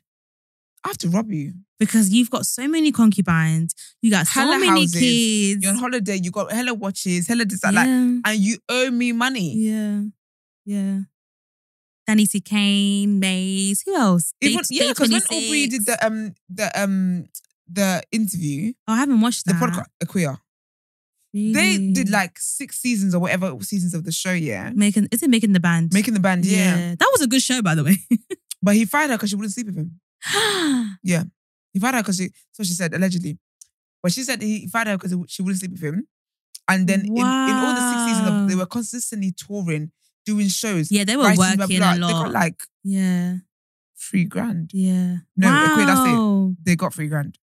Speaker 2: I have to rob you.
Speaker 1: because you've got so many concubines, you got so
Speaker 2: Hella
Speaker 1: many
Speaker 2: houses,
Speaker 1: kids.
Speaker 2: You're on holiday. You got hella watches, hella this,
Speaker 1: yeah,
Speaker 2: that, like, and you owe me money.
Speaker 1: yeah, yeah. Danny C. Kane, Maze, who else?
Speaker 2: Even
Speaker 1: Date-
Speaker 2: yeah,
Speaker 1: Date
Speaker 2: because when
Speaker 1: 26.
Speaker 2: Aubrey did the um the um the interview,
Speaker 1: oh, I haven't watched
Speaker 2: the
Speaker 1: that.
Speaker 2: podcast Aquia, they
Speaker 1: Really?
Speaker 2: did like six seasons or whatever seasons of the show, yeah.
Speaker 1: making. Is it making the band?
Speaker 2: Making the band, yeah.
Speaker 1: that was a good show, by the way.
Speaker 2: But he fired her because she wouldn't sleep with him. He fired her because she so she said allegedly. But she said he fired her because she wouldn't sleep with him. And then in, in all the six seasons
Speaker 1: Wow.
Speaker 2: of, they were consistently touring, doing shows.
Speaker 1: yeah, they were
Speaker 2: writing, blah,
Speaker 1: working
Speaker 2: blah.
Speaker 1: a lot.
Speaker 2: They got like
Speaker 1: yeah,
Speaker 2: three grand.
Speaker 1: yeah.
Speaker 2: No,
Speaker 1: wow.
Speaker 2: okay, that's it. they got three grand.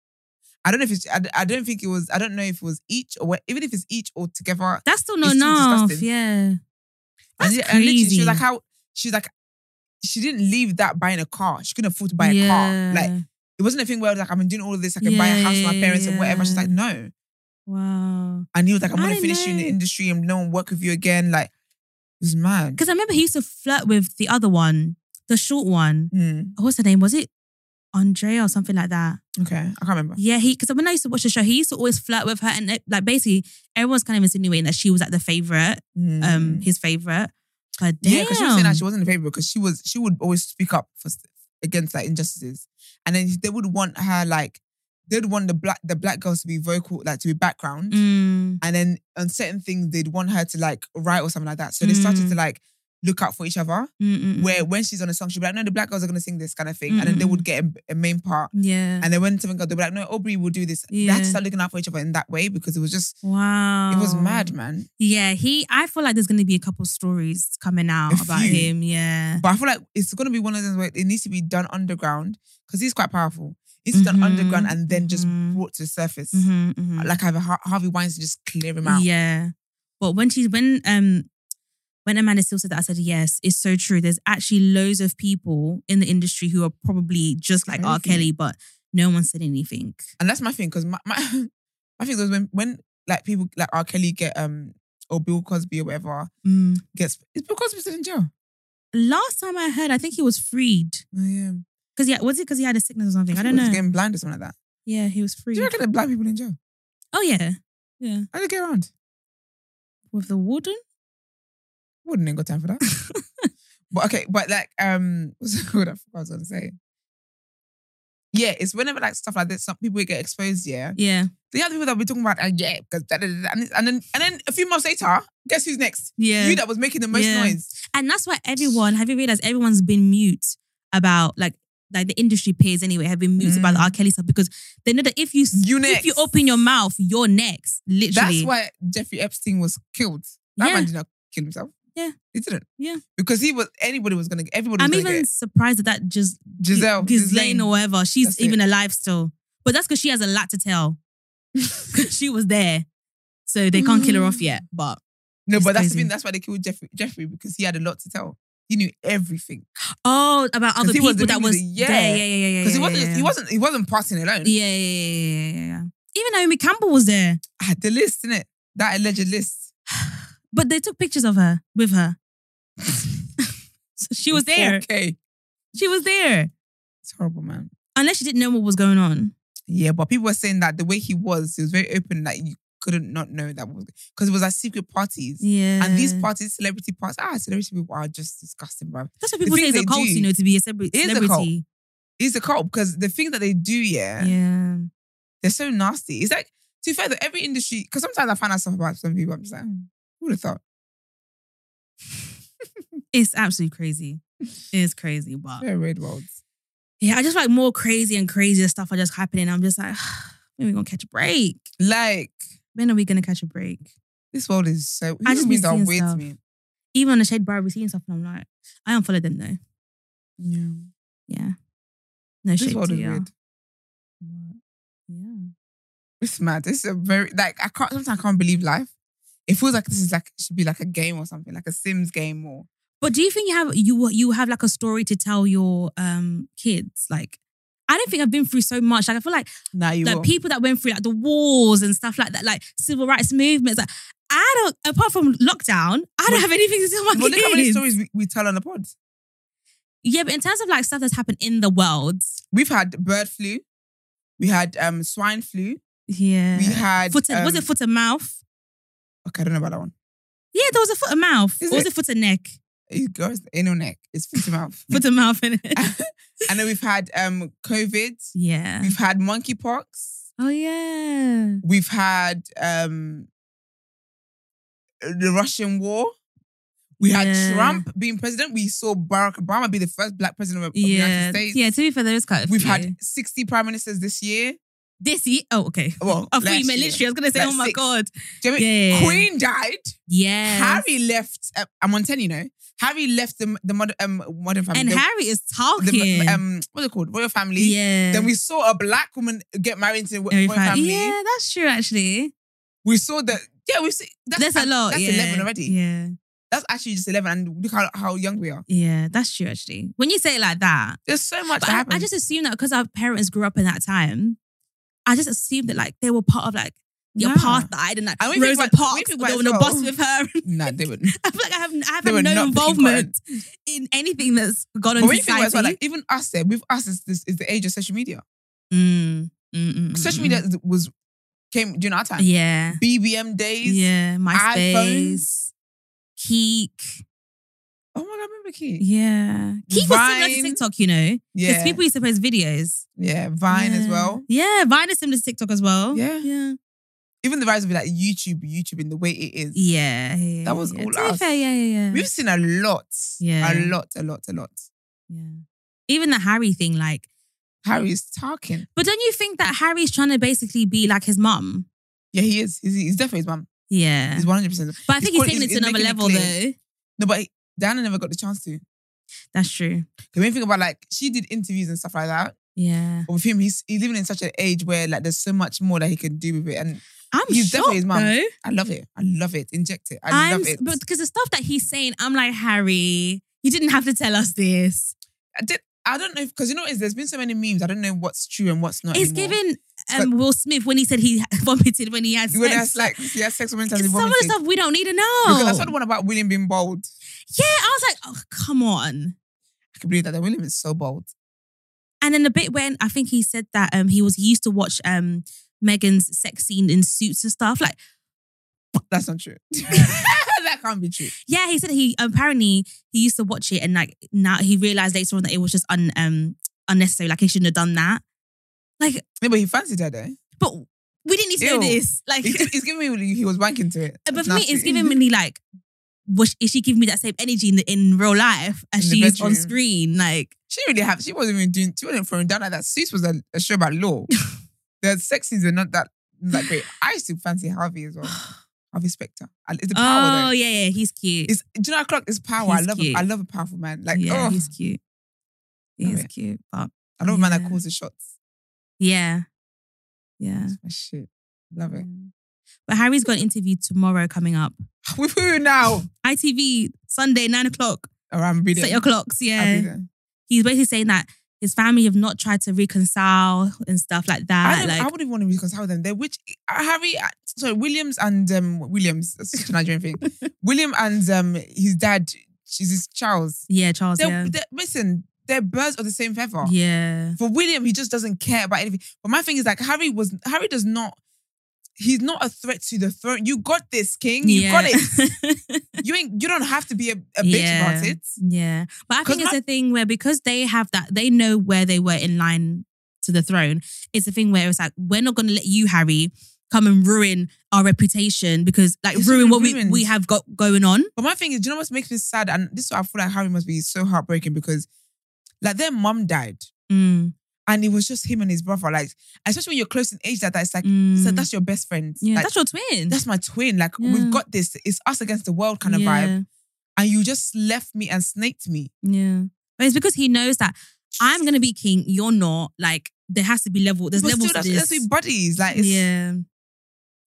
Speaker 2: I don't know if it's. I, I don't think it was. I don't know if it was each or what, even if it's each or together.
Speaker 1: That's still
Speaker 2: It's
Speaker 1: not
Speaker 2: still
Speaker 1: enough.
Speaker 2: disgusting.
Speaker 1: Yeah, that's
Speaker 2: and, and literally, she
Speaker 1: crazy.
Speaker 2: was like, "How?" She was like, she didn't leave that buying a car. She couldn't afford to buy a car. Like it wasn't a thing where like I've been doing all of this, I can buy a
Speaker 1: Yeah,
Speaker 2: house for my
Speaker 1: yeah,
Speaker 2: parents and whatever. She's
Speaker 1: yeah.
Speaker 2: like, no.
Speaker 1: wow.
Speaker 2: And he was like, I'm
Speaker 1: I
Speaker 2: gonna
Speaker 1: don't
Speaker 2: finish you in the
Speaker 1: know.
Speaker 2: industry and no one work with you again. Like, it was mad.
Speaker 1: Because I remember he used to flirt with the other one, the short one.
Speaker 2: Mm,
Speaker 1: What's her name? Was it Andrea or something like that?
Speaker 2: okay. I can't remember.
Speaker 1: Yeah, he because when I used to watch the show, he used to always flirt with her, and it- like basically everyone's kind of insinuating that she was like the favorite,
Speaker 2: Mm.
Speaker 1: um, his favorite. But damn,
Speaker 2: Yeah, because she was saying that she wasn't a favorite because she was she would always speak up for s- against like injustices, and then they would want her like they'd want the black the black girls to be vocal like to be background,
Speaker 1: Mm,
Speaker 2: and then on certain things they'd want her to like write or something like that. So they started
Speaker 1: Mm.
Speaker 2: to like look out for each other.
Speaker 1: mm, mm, mm.
Speaker 2: Where when she's on a song, she'd be like, "No, the black girls are gonna sing this kind of thing," and then they would get a, a main part.
Speaker 1: yeah,
Speaker 2: And then when something got, they were like, "No, Aubrey will do this." They had to
Speaker 1: Yeah.
Speaker 2: start looking out for each other in that way because it was just
Speaker 1: wow,
Speaker 2: it was mad, man.
Speaker 1: Yeah, he. I feel like there's gonna be a couple stories coming out
Speaker 2: A
Speaker 1: about
Speaker 2: few.
Speaker 1: him. Yeah,
Speaker 2: But I feel like it's gonna be one of those where it needs to be done underground because he's quite powerful. It's needs to be done
Speaker 1: Mhm,
Speaker 2: underground and then just
Speaker 1: mhm.
Speaker 2: brought to the surface.
Speaker 1: Mhm, mhm.
Speaker 2: Like have a Har- Harvey Weinstein just clear him out.
Speaker 1: Yeah. But when she when um when Amanda still said that, I said, yes, it's so true. There's actually loads of people in the industry who are probably just like R.
Speaker 2: Crazy.
Speaker 1: Kelly, but no one said anything.
Speaker 2: And that's my thing because my, my my thing was when when like people like R. Kelly get um or Bill Cosby or whatever
Speaker 1: Mm.
Speaker 2: gets it's Bill Cosby still in jail.
Speaker 1: Last time I heard, I think he was freed.
Speaker 2: Oh, yeah,
Speaker 1: Because yeah, was it because he had a sickness or something? I don't
Speaker 2: He's
Speaker 1: know.
Speaker 2: Getting blind or something like that.
Speaker 1: Yeah, he was freed.
Speaker 2: Do you reckon that black people in jail?
Speaker 1: Oh yeah. Yeah.
Speaker 2: How do they get around?
Speaker 1: With the warden?
Speaker 2: Wouldn't ain't got time for that. but okay, but like um, what's it called? I forgot what I was gonna say. Yeah, it's whenever like stuff like this, some people get exposed. Yeah,
Speaker 1: Yeah.
Speaker 2: the other people that we're talking about, uh, yeah, because da, da, da, da, and, it's- and then and then a few months later, guess who's next?
Speaker 1: Yeah.
Speaker 2: You that was making the most
Speaker 1: Yeah.
Speaker 2: noise.
Speaker 1: And that's why everyone, have you realized everyone's been mute about like like the industry peers anyway have been mute about the
Speaker 2: Mm.
Speaker 1: R. Kelly stuff because they know that if you
Speaker 2: You
Speaker 1: if you
Speaker 2: next.
Speaker 1: open your mouth, you're next.
Speaker 2: That's
Speaker 1: Literally.
Speaker 2: why Jeffrey Epstein was killed. That
Speaker 1: Yeah.
Speaker 2: man did not kill himself.
Speaker 1: Yeah.
Speaker 2: he didn't.
Speaker 1: Yeah.
Speaker 2: because he was anybody was gonna everybody. Was
Speaker 1: I'm
Speaker 2: gonna
Speaker 1: even
Speaker 2: get it.
Speaker 1: surprised that that just
Speaker 2: Giselle,
Speaker 1: Ghislaine
Speaker 2: Ghislaine.
Speaker 1: or whatever, she's
Speaker 2: That's it.
Speaker 1: even alive still. But that's because she has a lot to tell. 'Cause she was there. So they can't kill her off
Speaker 2: Mm.
Speaker 1: yet. But
Speaker 2: no, but
Speaker 1: It's
Speaker 2: that's the
Speaker 1: crazy.
Speaker 2: thing. That's why they killed Jeffrey Jeffrey because he had a lot to tell. He knew everything
Speaker 1: oh, about other
Speaker 2: 'Cause he
Speaker 1: people
Speaker 2: was the
Speaker 1: that
Speaker 2: ringleader,
Speaker 1: was
Speaker 2: yeah.
Speaker 1: there. Yeah, yeah, yeah, yeah.
Speaker 2: because he
Speaker 1: yeah,
Speaker 2: wasn't
Speaker 1: yeah,
Speaker 2: just, he wasn't he wasn't partying alone.
Speaker 1: Yeah, yeah, yeah, yeah, yeah, yeah. Even Naomi Campbell was there.
Speaker 2: I had the list, innit? That alleged list.
Speaker 1: But they took pictures of her with her. so she was there.
Speaker 2: Okay.
Speaker 1: She was there.
Speaker 2: It's horrible, man.
Speaker 1: Unless she didn't know what was going on.
Speaker 2: Yeah, but people were saying that the way he was, he was very open, that you couldn't not know that was because it was like secret parties.
Speaker 1: Yeah.
Speaker 2: And these parties, celebrity parties, ah, celebrity people are just disgusting, bro.
Speaker 1: That's what people say
Speaker 2: things
Speaker 1: it's a
Speaker 2: they
Speaker 1: cult,
Speaker 2: do-
Speaker 1: you know, to be a celebra-
Speaker 2: It is a cult.
Speaker 1: celebrity.
Speaker 2: It's a cult because the thing that they do, yeah,
Speaker 1: Yeah.
Speaker 2: they're so nasty. It's like, to be fair, though, every industry, because sometimes I find out stuff about some people, I'm just like, "Hmm, who would have thought?
Speaker 1: It's absolutely crazy. It's crazy. But
Speaker 2: Very weird worlds.
Speaker 1: yeah, I just like more crazy and crazier stuff are just happening. I'm just like, when are we gonna catch a break?
Speaker 2: Like,
Speaker 1: When are we gonna catch a break?
Speaker 2: this world is so,
Speaker 1: I
Speaker 2: I just
Speaker 1: just be
Speaker 2: means are
Speaker 1: seeing
Speaker 2: weird
Speaker 1: stuff.
Speaker 2: to me.
Speaker 1: Even on the shade bar, we're seeing stuff and I'm like, I don't follow them though.
Speaker 2: Yeah.
Speaker 1: Yeah. No
Speaker 2: This
Speaker 1: shade
Speaker 2: world
Speaker 1: to
Speaker 2: is
Speaker 1: y'all.
Speaker 2: weird.
Speaker 1: Yeah.
Speaker 2: It's mad. It's a very like I can't sometimes I can't believe life. It feels like this is like it should be like a game or something, like a Sims game or
Speaker 1: But do you think you have you you have like a story to tell your um kids? Like, I don't think I've been through so much. Like, I feel like
Speaker 2: now you
Speaker 1: like people that went through like the wars and stuff like that, like civil rights movements. Like, I don't apart from lockdown, I don't
Speaker 2: Well-
Speaker 1: have anything to tell my
Speaker 2: Well, look
Speaker 1: kids.
Speaker 2: how many stories we, we tell on the pod.
Speaker 1: Yeah, but in terms of like stuff that's happened in the world,
Speaker 2: We've had bird flu, we had um swine flu,
Speaker 1: yeah,
Speaker 2: we had
Speaker 1: foot and, was
Speaker 2: um,
Speaker 1: it foot and mouth?
Speaker 2: Okay, I don't know about that one.
Speaker 1: Yeah, there was a foot and mouth.
Speaker 2: Is
Speaker 1: or was
Speaker 2: it?
Speaker 1: it foot and neck?
Speaker 2: It goes anal neck. It's foot to mouth.
Speaker 1: Foot and mouth in it.
Speaker 2: and then we've had um COVID.
Speaker 1: yeah.
Speaker 2: We've had monkeypox.
Speaker 1: Oh yeah.
Speaker 2: We've had um the Russian war. We
Speaker 1: Yeah.
Speaker 2: had Trump being president. We saw Barack Obama be the first black president of the
Speaker 1: Yeah.
Speaker 2: United States.
Speaker 1: Yeah, to be fair, there is quite a
Speaker 2: We've
Speaker 1: few.
Speaker 2: had 60 prime ministers this year.
Speaker 1: this year. Oh, okay.
Speaker 2: Well,
Speaker 1: I thought
Speaker 2: last
Speaker 1: you meant
Speaker 2: year.
Speaker 1: literally. I was gonna say,
Speaker 2: Like
Speaker 1: oh my
Speaker 2: six.
Speaker 1: god.
Speaker 2: Do you know what I mean?
Speaker 1: Yeah.
Speaker 2: Queen died.
Speaker 1: Yeah.
Speaker 2: Harry left. Uh, I'm on 10, you know. Harry left the, the modern, um, modern family.
Speaker 1: and
Speaker 2: the,
Speaker 1: Harry is
Speaker 2: the-
Speaker 1: talking.
Speaker 2: um, what's it called? Royal family.
Speaker 1: yeah.
Speaker 2: Then we saw a black woman get married into the
Speaker 1: Harry
Speaker 2: royal
Speaker 1: Fry-
Speaker 2: family.
Speaker 1: Yeah, that's true. Actually,
Speaker 2: We saw the yeah. We see that's,
Speaker 1: there's a lot.
Speaker 2: That's
Speaker 1: yeah.
Speaker 2: eleven already.
Speaker 1: Yeah.
Speaker 2: That's actually just 11 and look how, how young we are.
Speaker 1: Yeah, that's true, actually. When you say it like that,
Speaker 2: There's so much
Speaker 1: but
Speaker 2: that
Speaker 1: I,
Speaker 2: happened.
Speaker 1: I just assume that because our parents grew up in that time, I just assumed that like they were part of like the
Speaker 2: Yeah.
Speaker 1: apartheid and like
Speaker 2: And we think
Speaker 1: Rosa
Speaker 2: about- we
Speaker 1: Parks,
Speaker 2: think
Speaker 1: they
Speaker 2: about
Speaker 1: were on a
Speaker 2: it as
Speaker 1: bus
Speaker 2: well.
Speaker 1: with her.
Speaker 2: Nah, they would.
Speaker 1: I feel like I have I have
Speaker 2: They were
Speaker 1: had no
Speaker 2: not picking
Speaker 1: involvement in anything that's gone on
Speaker 2: But when you think about it,
Speaker 1: society.
Speaker 2: as well, like, even us there, with us is, this, is the age of social media.
Speaker 1: Mm, mm, mm, mm,
Speaker 2: Social
Speaker 1: mm.
Speaker 2: media is- was came during our time.
Speaker 1: yeah,
Speaker 2: BBM days.
Speaker 1: yeah, MySpace,
Speaker 2: iPhones.
Speaker 1: Keek,
Speaker 2: Oh my God, I remember Key.
Speaker 1: yeah, Keek was similar to
Speaker 2: Vine.
Speaker 1: TikTok, you know, because
Speaker 2: Yeah.
Speaker 1: people used to post videos.
Speaker 2: Yeah. Vine as
Speaker 1: Yeah.
Speaker 2: well.
Speaker 1: Yeah, Vine is similar to TikTok as well.
Speaker 2: Yeah.
Speaker 1: yeah,
Speaker 2: Even the rise of like YouTube, YouTube in the way it is.
Speaker 1: yeah. yeah,
Speaker 2: That was
Speaker 1: yeah.
Speaker 2: all
Speaker 1: To be
Speaker 2: us.
Speaker 1: fair, yeah, yeah, yeah.
Speaker 2: We've seen a lot.
Speaker 1: Yeah.
Speaker 2: A lot, a lot, a lot.
Speaker 1: Yeah. Even the Harry thing, like,
Speaker 2: Harry's talking.
Speaker 1: but don't you think that Harry's trying to basically be like his mum?
Speaker 2: Yeah, he is. He's, he's definitely his mum.
Speaker 1: Yeah.
Speaker 2: He's 100%.
Speaker 1: but I think he's,
Speaker 2: call-
Speaker 1: taking
Speaker 2: he's-
Speaker 1: it to
Speaker 2: he's
Speaker 1: another
Speaker 2: making it
Speaker 1: level,
Speaker 2: clear.
Speaker 1: though.
Speaker 2: No, but he- Diana never got the chance to.
Speaker 1: That's true.
Speaker 2: Because when you think about like, she did interviews and stuff like that.
Speaker 1: Yeah.
Speaker 2: But with him, he's, he's living in such an age where like there's so much more that he can do with it. And
Speaker 1: I'm
Speaker 2: He's
Speaker 1: shocked,
Speaker 2: definitely his mum.
Speaker 1: though.
Speaker 2: I love it. I love it. Inject it. I
Speaker 1: I am
Speaker 2: love it.
Speaker 1: Because the stuff that he's saying, I'm like, Harry, you didn't have to tell us this.
Speaker 2: I, did, I don't know, because you know what it is? There's been so many memes. I don't know what's true and what's not.
Speaker 1: It's
Speaker 2: anymore.
Speaker 1: given um, Will Smith when he said he vomited when he had
Speaker 2: When
Speaker 1: sex.
Speaker 2: that's like, yeah, sex women
Speaker 1: It's
Speaker 2: has
Speaker 1: some of the stuff we don't need to know.
Speaker 2: Because I saw the one about William being bold.
Speaker 1: yeah, I was like, oh, come on.
Speaker 2: I can believe that. that William is so bold.
Speaker 1: And then the bit when I think he said that um he was he used to watch um Megan's sex scene in suits and stuff. Like,
Speaker 2: That's not true. that can't be true.
Speaker 1: yeah, he said he apparently he used to watch it and like now he realized later on that it was just un um unnecessary. Like he shouldn't have done that. Like,
Speaker 2: No, but he fancied her though.
Speaker 1: but we didn't need to know
Speaker 2: Ew.
Speaker 1: this. Like,
Speaker 2: He's, he's giving me he was wanking to it.
Speaker 1: but
Speaker 2: That's
Speaker 1: for me, it's
Speaker 2: nasty.
Speaker 1: giving me like, was is she giving me that same energy in the, in real life as
Speaker 2: In the
Speaker 1: she is on
Speaker 2: bedroom.
Speaker 1: screen? Like,
Speaker 2: She really have. She wasn't even doing. She wasn't throwing down like that. Suits was a, a show about law. the sex scenes are not that that great. I used to fancy Harvey as well. Harvey Specter. I- It's the power
Speaker 1: oh
Speaker 2: though.
Speaker 1: yeah, yeah, he's cute.
Speaker 2: It's, do you know Clark is power. I
Speaker 1: He's
Speaker 2: love.
Speaker 1: cute.
Speaker 2: A, I love a powerful man. Like
Speaker 1: yeah,
Speaker 2: oh,
Speaker 1: he's cute.
Speaker 2: Love
Speaker 1: He's
Speaker 2: it.
Speaker 1: cute, but
Speaker 2: I love a man that
Speaker 1: yeah.
Speaker 2: calls the shots.
Speaker 1: yeah, yeah.
Speaker 2: That's my shit. Love it.
Speaker 1: Yeah. But Harry's got an interview tomorrow coming up.
Speaker 2: With who now?
Speaker 1: ITV, Sunday, nine o'clock.
Speaker 2: Or I'm reading.
Speaker 1: Set your clocks,
Speaker 2: I'll be
Speaker 1: yeah.
Speaker 2: there.
Speaker 1: He's basically saying that his family have not tried to reconcile and stuff like
Speaker 2: I,
Speaker 1: that.
Speaker 2: don't,
Speaker 1: like,
Speaker 2: I wouldn't want to reconcile them. They're which Harry, uh, sorry, Williams and um, Williams. That's such a Nigerian thing. William and um, his dad, she's his Charles.
Speaker 1: yeah, Charles,
Speaker 2: They're,
Speaker 1: yeah.
Speaker 2: they're- listen, they're birds of the same feather.
Speaker 1: yeah.
Speaker 2: For William, he just doesn't care about anything. But my thing is like Harry was Harry does not. He's not a threat to the throne. You got this, King. You
Speaker 1: yeah.
Speaker 2: got it. You ain't. You don't have to be a, a bitch
Speaker 1: yeah.
Speaker 2: about it.
Speaker 1: Yeah. But I
Speaker 2: 'Cause
Speaker 1: think it's
Speaker 2: I-
Speaker 1: a thing where because they have that, they know where they were in line to the throne. It's a thing where it's like, we're not going to let you, Harry, come and ruin our reputation because, like,
Speaker 2: It's already
Speaker 1: ruin what we,
Speaker 2: ruined.
Speaker 1: we have got going on.
Speaker 2: But my thing is, do you know what makes me sad? And this is why I feel like Harry must be so heartbreaking because, like, their mum died.
Speaker 1: Mm,
Speaker 2: and it was just him and his brother. Like, especially when you're close in age, that that's like,
Speaker 1: mm.
Speaker 2: so that's your best friend.
Speaker 1: Yeah,
Speaker 2: Like,
Speaker 1: that's your twin.
Speaker 2: that's my twin. Like,
Speaker 1: Yeah.
Speaker 2: we've got this. It's us against the world kind of vibe. And you just left me and snaked me.
Speaker 1: Yeah. But it's because he knows that I'm gonna be king, you're not. Like there has to be level. There's
Speaker 2: but
Speaker 1: levels
Speaker 2: still, that's,
Speaker 1: to this.
Speaker 2: that's we buddies. Like, it's,
Speaker 1: yeah.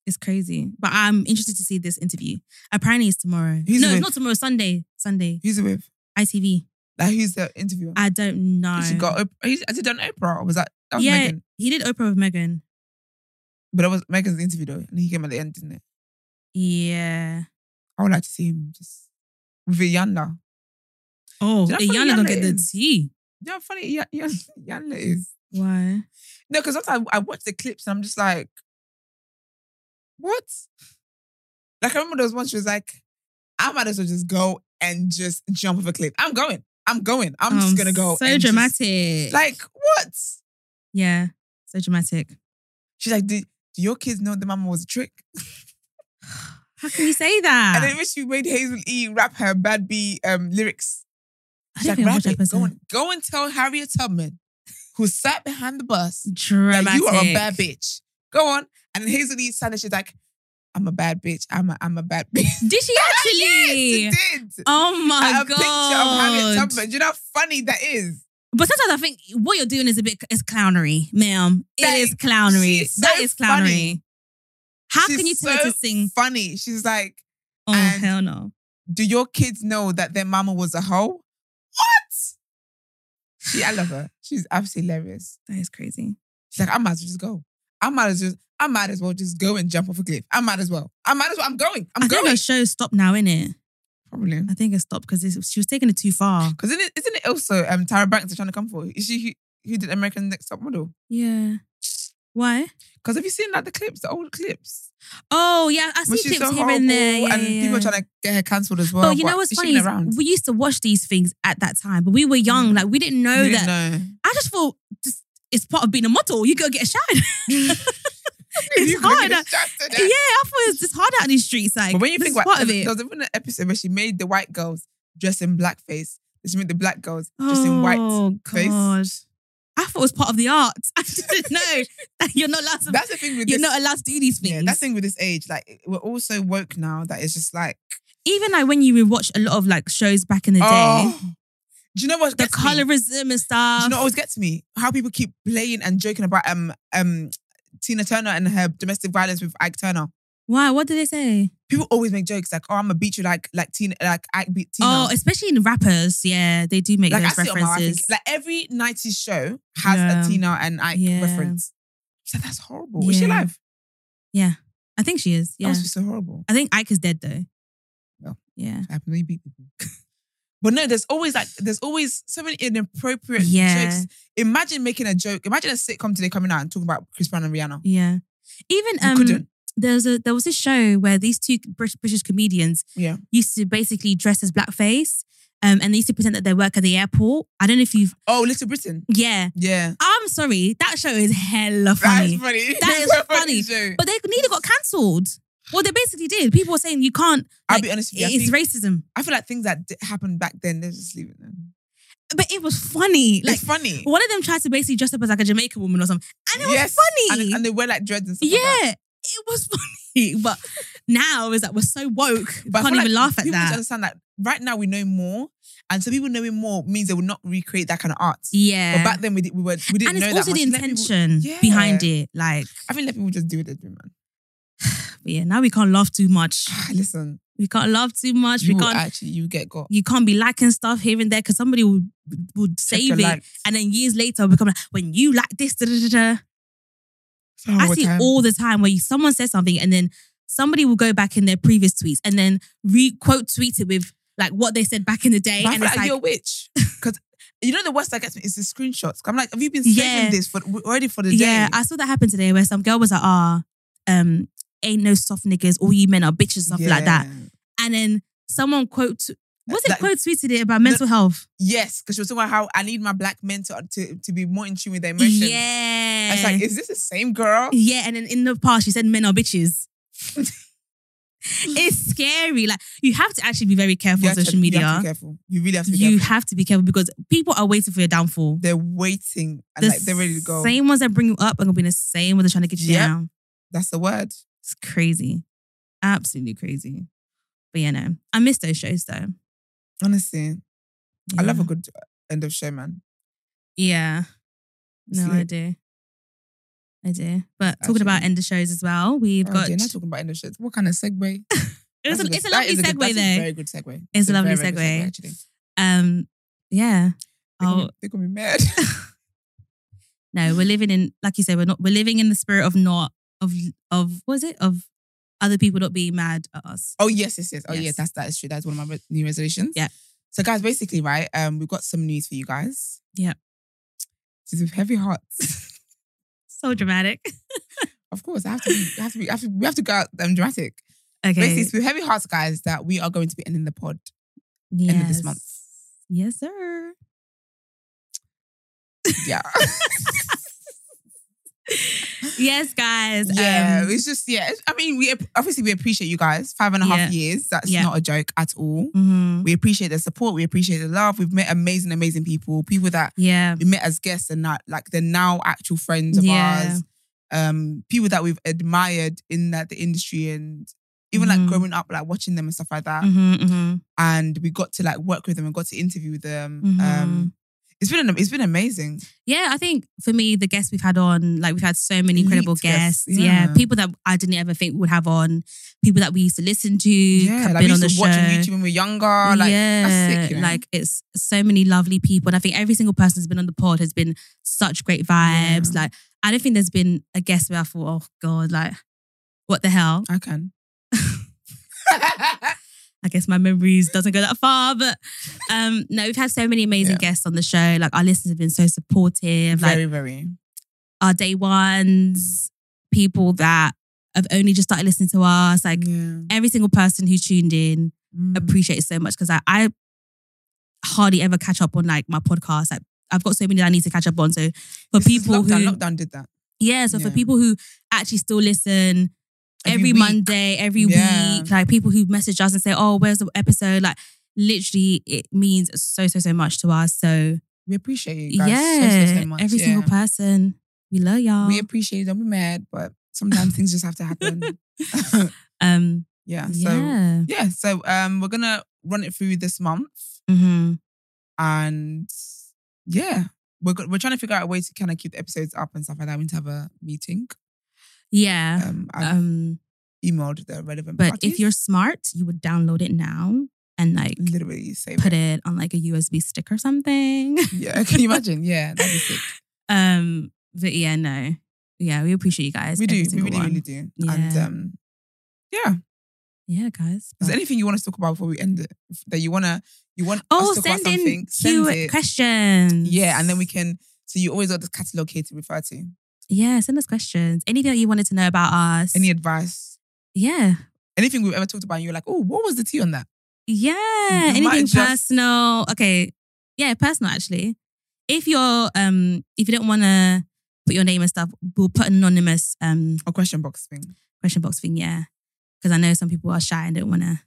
Speaker 1: It's crazy. But I'm interested to see this interview. Apparently it's tomorrow.
Speaker 2: Who's
Speaker 1: no,
Speaker 2: with?
Speaker 1: not tomorrow, Sunday. Sunday.
Speaker 2: who's it with?
Speaker 1: ITV.
Speaker 2: Like, who's the interviewer?
Speaker 1: I don't know.
Speaker 2: She got. Op- he's- Has he done Oprah? Or was that that was
Speaker 1: yeah,
Speaker 2: Megan?
Speaker 1: he did Oprah with Megan.
Speaker 2: But that was Megan's interview though, and he came at the end, didn't it?
Speaker 1: Yeah.
Speaker 2: I would like to see him just with Yanla.
Speaker 1: Oh,
Speaker 2: Do you know how
Speaker 1: Iyanla
Speaker 2: funny
Speaker 1: gonna
Speaker 2: Iyanla
Speaker 1: get the
Speaker 2: is?
Speaker 1: tea.
Speaker 2: You know how funny Yan- Yan- Yanla is.
Speaker 1: Why?
Speaker 2: No, because sometimes I watch the clips and I'm just like, what? Like I remember there was one she was like, I might as well just go and just jump off a cliff. I'm going. I'm going. I'm just
Speaker 1: Um,
Speaker 2: gonna go.
Speaker 1: So
Speaker 2: and just-
Speaker 1: dramatic.
Speaker 2: like what?
Speaker 1: yeah, so dramatic.
Speaker 2: She's like, did, do your kids know the mama was a trick?
Speaker 1: How can you say that?
Speaker 2: And then when she made Hazel E rap her bad B um, lyrics,
Speaker 1: I
Speaker 2: she's
Speaker 1: don't
Speaker 2: like,
Speaker 1: think I
Speaker 2: rap
Speaker 1: watched that
Speaker 2: it. Go
Speaker 1: person.
Speaker 2: and, go and tell Harriet Tubman, who sat behind the bus,
Speaker 1: Dramatic.
Speaker 2: Like, you are a bad bitch. Go on. And then Hazel E sounded, she's like, I'm a bad bitch. I'm a, I'm a bad bitch.
Speaker 1: Did she actually?
Speaker 2: yes, it did.
Speaker 1: Oh my
Speaker 2: Like, a
Speaker 1: god!
Speaker 2: picture of Harriet Tubman. Do you know how funny that is?
Speaker 1: But sometimes I think what you're doing is a bit is clownery, ma'am.
Speaker 2: That
Speaker 1: it is
Speaker 2: is-
Speaker 1: clownery.
Speaker 2: she's so
Speaker 1: that is clownery.
Speaker 2: funny.
Speaker 1: How
Speaker 2: She's
Speaker 1: can you tell her
Speaker 2: so
Speaker 1: to sing?
Speaker 2: Funny. She's like,
Speaker 1: Oh
Speaker 2: and-
Speaker 1: hell no!
Speaker 2: do your kids know that their mama was a hoe? What? She, I love her. She's absolutely hilarious.
Speaker 1: That is crazy.
Speaker 2: She's like, I might as well just go. I might as well. I might as well just go and jump off a cliff. I might as well. I might as well. I'm going. I'm
Speaker 1: i think
Speaker 2: going.
Speaker 1: her show stopped now, innit?
Speaker 2: Probably.
Speaker 1: I think it stopped because she was taking it too far.
Speaker 2: Because isn't it, isn't it also um, Tara Banks are trying to come for? Is she who, who did American Next Top Model?
Speaker 1: Yeah. Why?
Speaker 2: Because have you seen like the clips, the old clips?
Speaker 1: Oh yeah, I
Speaker 2: When
Speaker 1: see
Speaker 2: she's
Speaker 1: clips
Speaker 2: so
Speaker 1: here and there.
Speaker 2: horrible
Speaker 1: Yeah,
Speaker 2: and
Speaker 1: yeah,
Speaker 2: people are
Speaker 1: yeah.
Speaker 2: trying to get her cancelled as well.
Speaker 1: But you know what's
Speaker 2: is
Speaker 1: funny
Speaker 2: She
Speaker 1: is
Speaker 2: been around? Mm.
Speaker 1: we used to watch these things at that time, but we were young, like we didn't know
Speaker 2: You didn't
Speaker 1: that.
Speaker 2: know.
Speaker 1: I just feel just, it's part of being a model. You gotta get a shine.
Speaker 2: You
Speaker 1: it's
Speaker 2: can
Speaker 1: hard.
Speaker 2: get distracted.
Speaker 1: Yeah, I thought it's just hard out in these streets. Like,
Speaker 2: But when you
Speaker 1: this
Speaker 2: think
Speaker 1: is
Speaker 2: about
Speaker 1: part of
Speaker 2: there
Speaker 1: it,
Speaker 2: was even an episode where she made the white girls dress in blackface. She made the black girls dress in white.
Speaker 1: oh
Speaker 2: face.
Speaker 1: god, I thought it was part of the art. I just didn't know that you're not allowed to.
Speaker 2: That's the thing with
Speaker 1: you're
Speaker 2: this.
Speaker 1: not allowed to do these things.
Speaker 2: yeah, that's the thing with this age. Like we're all so woke now that it's just like
Speaker 1: Even like when you rewatch a lot of like shows back in the
Speaker 2: oh.
Speaker 1: day,
Speaker 2: Do you know what
Speaker 1: the
Speaker 2: gets me?
Speaker 1: colorism and
Speaker 2: Do
Speaker 1: stuff.
Speaker 2: you know what always gets me? How people keep playing and joking about um um Tina Turner and her domestic violence with Ike Turner.
Speaker 1: Why? What did they say?
Speaker 2: People always make jokes like, "Oh, I'm gonna beat you like like Tina like Ike beat Tina."
Speaker 1: Oh, especially in rappers, yeah, they do make
Speaker 2: like
Speaker 1: those
Speaker 2: I see it on my
Speaker 1: references.
Speaker 2: think Like every '90s show has
Speaker 1: Yeah.
Speaker 2: a Tina and Ike
Speaker 1: Yeah.
Speaker 2: reference. So that's horrible. Is she
Speaker 1: Yeah.
Speaker 2: alive?
Speaker 1: I think she is.
Speaker 2: That
Speaker 1: Yeah,
Speaker 2: must be so horrible.
Speaker 1: I think Ike is dead though.
Speaker 2: No.
Speaker 1: Yeah.
Speaker 2: I happily beat people. But no, there's always like there's always so many inappropriate
Speaker 1: Yeah.
Speaker 2: jokes. Imagine making a joke. Imagine a sitcom today coming out and talking about Chris Brown and Rihanna.
Speaker 1: Yeah. Even
Speaker 2: You
Speaker 1: um,
Speaker 2: couldn't.
Speaker 1: there's a there was this show where these two British, British comedians
Speaker 2: Yeah.
Speaker 1: used to basically dress as blackface, um, and they used to pretend that they work at the airport. I don't know if you've
Speaker 2: Oh, Little Britain.
Speaker 1: yeah.
Speaker 2: Yeah.
Speaker 1: I'm sorry, that show is hella funny.
Speaker 2: That's funny.
Speaker 1: That
Speaker 2: It's
Speaker 1: is
Speaker 2: a
Speaker 1: funny.
Speaker 2: joke.
Speaker 1: But they neither got cancelled. Well, they basically did. People were saying you can't.
Speaker 2: I'll
Speaker 1: like,
Speaker 2: be honest with you. I,
Speaker 1: It's
Speaker 2: think-
Speaker 1: racism,
Speaker 2: I feel like things that d- happened back then, they just leave it then.
Speaker 1: but it was funny. Like
Speaker 2: it's funny.
Speaker 1: one of them tried to basically dress up as like a Jamaican woman or something, and it was
Speaker 2: Yes.
Speaker 1: funny.
Speaker 2: And, and they wear like dreads and stuff. like that.
Speaker 1: yeah, it was funny. But now is that we're so woke, we
Speaker 2: But I
Speaker 1: can't
Speaker 2: feel
Speaker 1: even
Speaker 2: like
Speaker 1: laugh at
Speaker 2: people need to
Speaker 1: that.
Speaker 2: understand that right now we know more, and so people knowing more means they will not recreate that kind of art.
Speaker 1: Yeah,
Speaker 2: But back then we did, we were we didn't
Speaker 1: and
Speaker 2: know
Speaker 1: it's also
Speaker 2: that
Speaker 1: the
Speaker 2: much. Let people-
Speaker 1: intention
Speaker 2: Yeah.
Speaker 1: behind it. Like,
Speaker 2: I think let people just do what they do, man.
Speaker 1: but yeah, now we can't laugh too much.
Speaker 2: Listen,
Speaker 1: We can't laugh too much.
Speaker 2: you
Speaker 1: we
Speaker 2: will
Speaker 1: can't.
Speaker 2: actually you get got.
Speaker 1: you can't be liking stuff here and there because somebody would would
Speaker 2: your
Speaker 1: save it,
Speaker 2: likes.
Speaker 1: and then years later become like, when you like this, da, da, da, da.
Speaker 2: It's a
Speaker 1: I
Speaker 2: horrible
Speaker 1: see
Speaker 2: time.
Speaker 1: all the time where you, someone says something and then somebody will go back in their previous tweets and then re quote tweet it with like what they said back in the day,
Speaker 2: But I
Speaker 1: and
Speaker 2: feel
Speaker 1: it's
Speaker 2: like,
Speaker 1: like,
Speaker 2: you're a witch because you know the worst that gets me is the screenshots. I'm like, have you been saving
Speaker 1: Yeah.
Speaker 2: this for already for the
Speaker 1: yeah,
Speaker 2: day?
Speaker 1: I saw that happen today where some girl was like, ah, um, ain't no soft niggas, all you men are bitches, stuff like that,
Speaker 2: Yeah.
Speaker 1: and then someone quote. Was it
Speaker 2: That-
Speaker 1: quote tweeted it about mental health?
Speaker 2: Yes, because she was talking about how I need my black men to, to, to be more in tune with their emotions.
Speaker 1: Yeah.
Speaker 2: I was like, is this the same girl?
Speaker 1: Yeah, and then in the past, she said men are bitches. it's scary. Like you have to actually be very careful
Speaker 2: You
Speaker 1: on
Speaker 2: have to-
Speaker 1: social media.
Speaker 2: You have to be careful. You really have to be
Speaker 1: You
Speaker 2: careful.
Speaker 1: have to be careful because people are waiting for your downfall.
Speaker 2: they're waiting and
Speaker 1: The
Speaker 2: like they're ready to go.
Speaker 1: Same ones that bring you up are gonna be the same ones that trying to get you
Speaker 2: Yep.
Speaker 1: down.
Speaker 2: That's the word.
Speaker 1: It's crazy, absolutely crazy. But yeah, no, I miss those shows though.
Speaker 2: Honestly, I love
Speaker 1: Yeah.
Speaker 2: a good uh, end of show, man.
Speaker 1: Yeah. No, I
Speaker 2: Sleep.
Speaker 1: do. I do. But talking about
Speaker 2: Actually.
Speaker 1: end of shows as well, we've
Speaker 2: Oh,
Speaker 1: got.
Speaker 2: dear, not talking about end of shows. What kind of segue?
Speaker 1: it was
Speaker 2: That's
Speaker 1: a,
Speaker 2: good-
Speaker 1: it's
Speaker 2: that
Speaker 1: a lovely
Speaker 2: is good-
Speaker 1: segue
Speaker 2: that's
Speaker 1: there.
Speaker 2: A very good segue. It's,
Speaker 1: a lovely
Speaker 2: very good
Speaker 1: segue. Oh.
Speaker 2: actually,
Speaker 1: Um, yeah.
Speaker 2: they're,
Speaker 1: I'll-
Speaker 2: gonna, they're gonna be mad.
Speaker 1: No, we're living in, like you said, we're not. We're living in the spirit of not of of what is it of other people not being mad at us.
Speaker 2: oh yes, yes, yes. Oh
Speaker 1: Yes.
Speaker 2: yes, that's that is true. That's one of my re- new resolutions.
Speaker 1: Yeah.
Speaker 2: So guys, basically, right? Um, we've got some news for you guys.
Speaker 1: Yeah.
Speaker 2: This is with heavy hearts.
Speaker 1: So dramatic.
Speaker 2: of course, I have to. Be, I have to. Be, I have to. We have to go out um, dramatic. Basically,
Speaker 1: Okay.
Speaker 2: it's with heavy hearts, guys, that we are going to be ending the pod.
Speaker 1: Yes.
Speaker 2: end of this month.
Speaker 1: Yes, sir.
Speaker 2: Yeah.
Speaker 1: Yes, guys.
Speaker 2: Yeah,
Speaker 1: Um,
Speaker 2: it's just yeah. it's- I mean, we obviously we appreciate you guys. Five and a half
Speaker 1: Yeah.
Speaker 2: years. That's
Speaker 1: Yeah.
Speaker 2: not a joke at all.
Speaker 1: mhm.
Speaker 2: We appreciate the support. We appreciate the love. We've met amazing, amazing people. People that
Speaker 1: Yeah.
Speaker 2: we met as guests and not like they're now actual friends of
Speaker 1: Yeah.
Speaker 2: ours. Um, people that we've admired in that the industry and even
Speaker 1: Mhm.
Speaker 2: like growing up, like watching them and stuff like that.
Speaker 1: Mhm, mhm.
Speaker 2: And we got to like work with them and got to interview them.
Speaker 1: Mhm.
Speaker 2: Um, It's been an, it's been amazing.
Speaker 1: Yeah, I think for me, the guests we've had on, like we've had so many incredible
Speaker 2: Elite guests,
Speaker 1: guests. Yeah.
Speaker 2: yeah.
Speaker 1: people that I didn't ever think we would have on, people that we used to listen to,
Speaker 2: Yeah,
Speaker 1: have
Speaker 2: like we
Speaker 1: been
Speaker 2: used
Speaker 1: on the
Speaker 2: to
Speaker 1: show.
Speaker 2: watch on YouTube when we were younger. Like
Speaker 1: yeah,
Speaker 2: that's sick. You know?
Speaker 1: like it's so many lovely people, and I think every single person that's been on the pod has been such great vibes. Like I don't think there's been a guest where I thought, oh god, like what the hell?
Speaker 2: I can.
Speaker 1: I guess my memories doesn't go that far, but um, no, we've had so many amazing
Speaker 2: Yeah.
Speaker 1: guests on the show. Like our listeners have been so supportive. Like
Speaker 2: very, very.
Speaker 1: our day ones, people that have only just started listening to us, like
Speaker 2: yeah.
Speaker 1: every single person who tuned in
Speaker 2: Mm.
Speaker 1: appreciate it so much because I, I hardly ever catch up on like my podcast. Like I've got so many that I need to catch up on. So for
Speaker 2: This is
Speaker 1: people
Speaker 2: lockdown,
Speaker 1: who
Speaker 2: lockdown did that.
Speaker 1: yeah, so
Speaker 2: Yeah.
Speaker 1: for people who actually still listen
Speaker 2: Every
Speaker 1: every,
Speaker 2: week.
Speaker 1: Monday, every
Speaker 2: Yeah.
Speaker 1: week, like people who message us and say, "Oh, where's the episode?" Like literally, it means so so so much to us. So
Speaker 2: We appreciate you guys
Speaker 1: yeah,
Speaker 2: so, so, so much.
Speaker 1: every
Speaker 2: yeah.
Speaker 1: single person, we love y'all.
Speaker 2: We appreciate them. We're mad, but sometimes things just have to happen.
Speaker 1: um,
Speaker 2: yeah. So yeah.
Speaker 1: yeah.
Speaker 2: So um we're gonna run it through this month
Speaker 1: hmm
Speaker 2: and yeah. We're, go- we're trying to figure out a way to kind of keep the episodes up and stuff like that. We need to have a meeting.
Speaker 1: Yeah.
Speaker 2: Um, I've
Speaker 1: Um,
Speaker 2: emailed the relevant
Speaker 1: but
Speaker 2: parties.
Speaker 1: if you're smart, you would download it now and like
Speaker 2: literally save
Speaker 1: put
Speaker 2: it.
Speaker 1: it on like a USB stick or something.
Speaker 2: Yeah, can you imagine? Yeah, that'd be sick.
Speaker 1: Um, but yeah, no. Yeah, we appreciate you guys.
Speaker 2: We
Speaker 1: every
Speaker 2: do, we
Speaker 1: single
Speaker 2: really,
Speaker 1: one.
Speaker 2: really do. And
Speaker 1: Yeah.
Speaker 2: um, yeah.
Speaker 1: Yeah, guys.
Speaker 2: Is there
Speaker 1: But-
Speaker 2: anything you want us to talk about before we end it? That you wanna you want
Speaker 1: oh,
Speaker 2: us to talk
Speaker 1: send
Speaker 2: about something?
Speaker 1: in Q questions.
Speaker 2: Yeah, and then we can. So you always got this catalog here to refer to.
Speaker 1: Yeah, send us questions. Anything that you wanted to know about us.
Speaker 2: Any advice?
Speaker 1: yeah.
Speaker 2: Anything we've ever talked about? And you're like, oh, what was the tea on that?
Speaker 1: Yeah.
Speaker 2: Mm, might
Speaker 1: Anything
Speaker 2: just-
Speaker 1: personal. Okay. Yeah, personal actually. If you're um if you don't wanna put your name and stuff, we'll put anonymous um
Speaker 2: Or question box thing.
Speaker 1: question box thing, yeah. Cause I know some people are shy and don't wanna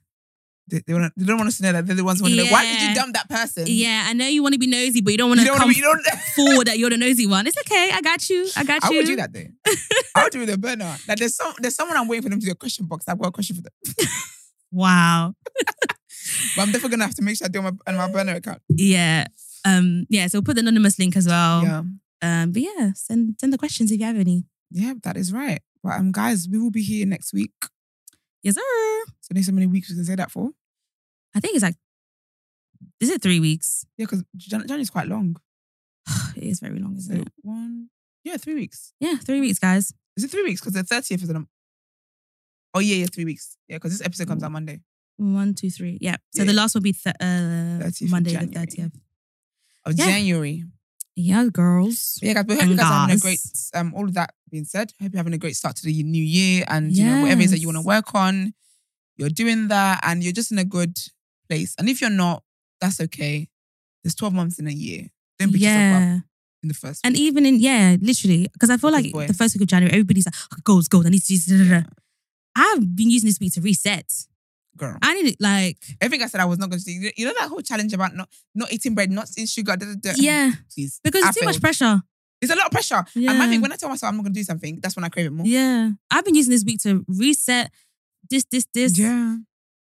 Speaker 2: They, they, wanna, they don't want us to know that they're the ones who want to know why did you
Speaker 1: Yeah.
Speaker 2: dump that person?
Speaker 1: Yeah, I know you wanna be nosy, but you don't wanna
Speaker 2: Mm. you don't
Speaker 1: come
Speaker 2: want to. You don't.
Speaker 1: forward that you're the nosy one. It's okay. I got you. I got
Speaker 2: I
Speaker 1: you.
Speaker 2: would do that though. I would do the burner. Like there's some there's someone I'm waiting for them to do a question box. I've got a question for them,
Speaker 1: Wow.
Speaker 2: but I'm definitely gonna have to make sure I do it on my on my burner account.
Speaker 1: Yeah. Um, yeah, so we'll put the anonymous link as well.
Speaker 2: Yeah,
Speaker 1: Um, but yeah, send send the questions if you have any.
Speaker 2: yeah, that is right. But um, guys, we will be here next week.
Speaker 1: Yes, sir.
Speaker 2: So there's so many weeks we can say that for.
Speaker 1: I think it's like, is it three weeks?
Speaker 2: Yeah, because Johnny's quite long.
Speaker 1: it is very long,
Speaker 2: So
Speaker 1: isn't it?
Speaker 2: one, yeah, three weeks.
Speaker 1: Yeah, three weeks, guys.
Speaker 2: Is it three weeks? Because the thirtieth is on. a- Oh yeah, yeah, three weeks. Yeah, because this episode comes out Monday.
Speaker 1: One, two, three. Yeah. So
Speaker 2: Yeah.
Speaker 1: the last will be th- uh,
Speaker 2: 30th of
Speaker 1: Monday the
Speaker 2: January.
Speaker 1: thirtieth.
Speaker 2: Of
Speaker 1: Yeah.
Speaker 2: January.
Speaker 1: Yeah, girls.
Speaker 2: But yeah, guys. We hope you
Speaker 1: And
Speaker 2: guys are having a
Speaker 1: guys.
Speaker 2: great. Um, all of that being said, hope you're having a great start to the new year, and you know whatever it is that you want to
Speaker 1: Yes.
Speaker 2: work on, you're doing that, and you're just in a good place. And if you're not, that's okay. There's twelve months in a year. Don't beat yourself up
Speaker 1: Yeah,
Speaker 2: in the first.
Speaker 1: and
Speaker 2: week.
Speaker 1: even in yeah, literally, because I feel
Speaker 2: Good
Speaker 1: like
Speaker 2: boy.
Speaker 1: the first week of January, everybody's like, oh, "Goals, goals." I need to do. this, da, da, da. I've been using this week to reset.
Speaker 2: girl.
Speaker 1: I need it like
Speaker 2: Everything I said I was not going to do. You know that whole challenge about not not eating bread, not eating sugar. Da, da, da.
Speaker 1: yeah,
Speaker 2: please.
Speaker 1: because
Speaker 2: I
Speaker 1: it's too much
Speaker 2: failed.
Speaker 1: pressure.
Speaker 2: It's a lot of pressure. And my
Speaker 1: Yeah.
Speaker 2: thing, when I tell myself I'm not gonna do something, that's when I crave it more.
Speaker 1: Yeah, I've been using this week to reset. This, this, this.
Speaker 2: yeah.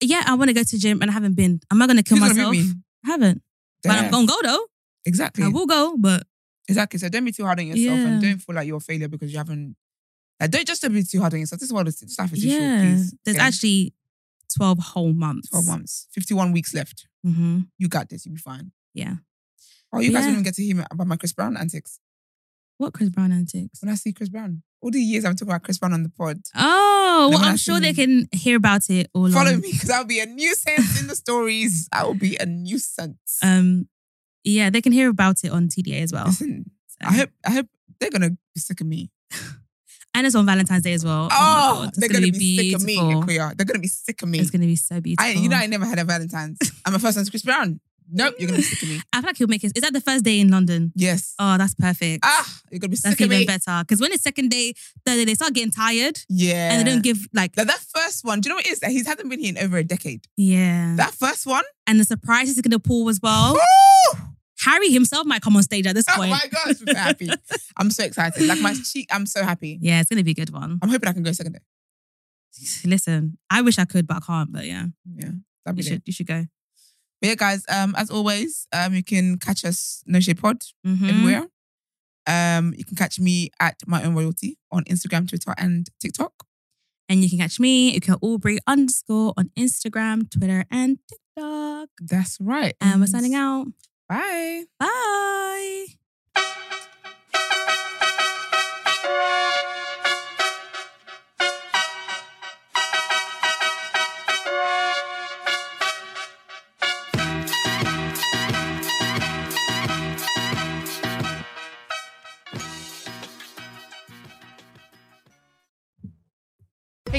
Speaker 1: yeah. I want to go to gym, and I haven't been. Am I gonna kill
Speaker 2: Who's gonna beat
Speaker 1: myself?
Speaker 2: me?
Speaker 1: I haven't, but
Speaker 2: Yeah.
Speaker 1: I'm gonna go though.
Speaker 2: Exactly.
Speaker 1: I will go, but
Speaker 2: Exactly. So don't be too hard on yourself and
Speaker 1: Yeah.
Speaker 2: don't feel like you're a failure because you haven't. Like, don't just don't be too hard on yourself. This is what this this life is. Yeah.
Speaker 1: yeah,
Speaker 2: please.
Speaker 1: there's
Speaker 2: Yeah.
Speaker 1: actually twelve whole months.
Speaker 2: twelve months, fifty-one weeks left.
Speaker 1: hmm
Speaker 2: You got this. You'll be fine.
Speaker 1: Yeah.
Speaker 2: Oh, you guys didn't
Speaker 1: Yeah.
Speaker 2: even get to hear me about my Chris Brown antics.
Speaker 1: What Chris Brown antics?
Speaker 2: When I see Chris Brown, all the years I'm talking about Chris Brown on the pod.
Speaker 1: Oh,
Speaker 2: Then
Speaker 1: well,
Speaker 2: when I
Speaker 1: I'm
Speaker 2: see
Speaker 1: sure they
Speaker 2: him-
Speaker 1: can hear about it all.
Speaker 2: Follow
Speaker 1: on-
Speaker 2: me because I'll be a nuisance in the stories. I will be a nuisance.
Speaker 1: Um, yeah, they can hear about it on TDA as well.
Speaker 2: Listen,
Speaker 1: So-
Speaker 2: I hope I hope they're gonna be sick of me.
Speaker 1: and it's on Valentine's Day as well.
Speaker 2: Oh,
Speaker 1: my God, it's
Speaker 2: they're gonna,
Speaker 1: be,
Speaker 2: be, sick of me,
Speaker 1: beautiful.
Speaker 2: Nakia. They're gonna be sick of me.
Speaker 1: It's gonna be so beautiful.
Speaker 2: I, you know, I never had a Valentine's. I'm a first one's Chris Brown. Nope, you're gonna be sick of me.
Speaker 1: I feel like he'll make it. Is that the first day in London?
Speaker 2: Yes.
Speaker 1: Oh, that's perfect.
Speaker 2: Ah, you're gonna be
Speaker 1: that's
Speaker 2: sick of
Speaker 1: even
Speaker 2: me.
Speaker 1: better. Because when it's second day, third day, they start getting tired
Speaker 2: Yeah.
Speaker 1: and they don't give like
Speaker 2: Like that first one. Do you know what it is? He hasn't been here in over a decade.
Speaker 1: yeah.
Speaker 2: That first one.
Speaker 1: and the surprises are gonna pull as well.
Speaker 2: Woo!
Speaker 1: Harry himself might come on stage at this
Speaker 2: Oh
Speaker 1: point.
Speaker 2: my gosh, I'm so happy. I'm so excited. Like my cheek, I'm so happy.
Speaker 1: Yeah, it's gonna be a good one.
Speaker 2: I'm hoping I can go second day.
Speaker 1: Listen, I wish I could, but I can't. But yeah,
Speaker 2: Yeah, that'd be
Speaker 1: you should
Speaker 2: it.
Speaker 1: you should go.
Speaker 2: But yeah, guys, um, as always, um, you can catch us No Shade Pod
Speaker 1: Mhm.
Speaker 2: everywhere. Um, you can catch me at my own royalty on Instagram, Twitter, and TikTok.
Speaker 1: And you can catch me, Uke Aubrey underscore on Instagram, Twitter, and TikTok.
Speaker 2: That's right.
Speaker 1: And we're signing out.
Speaker 2: Bye.
Speaker 1: Bye.
Speaker 3: Hey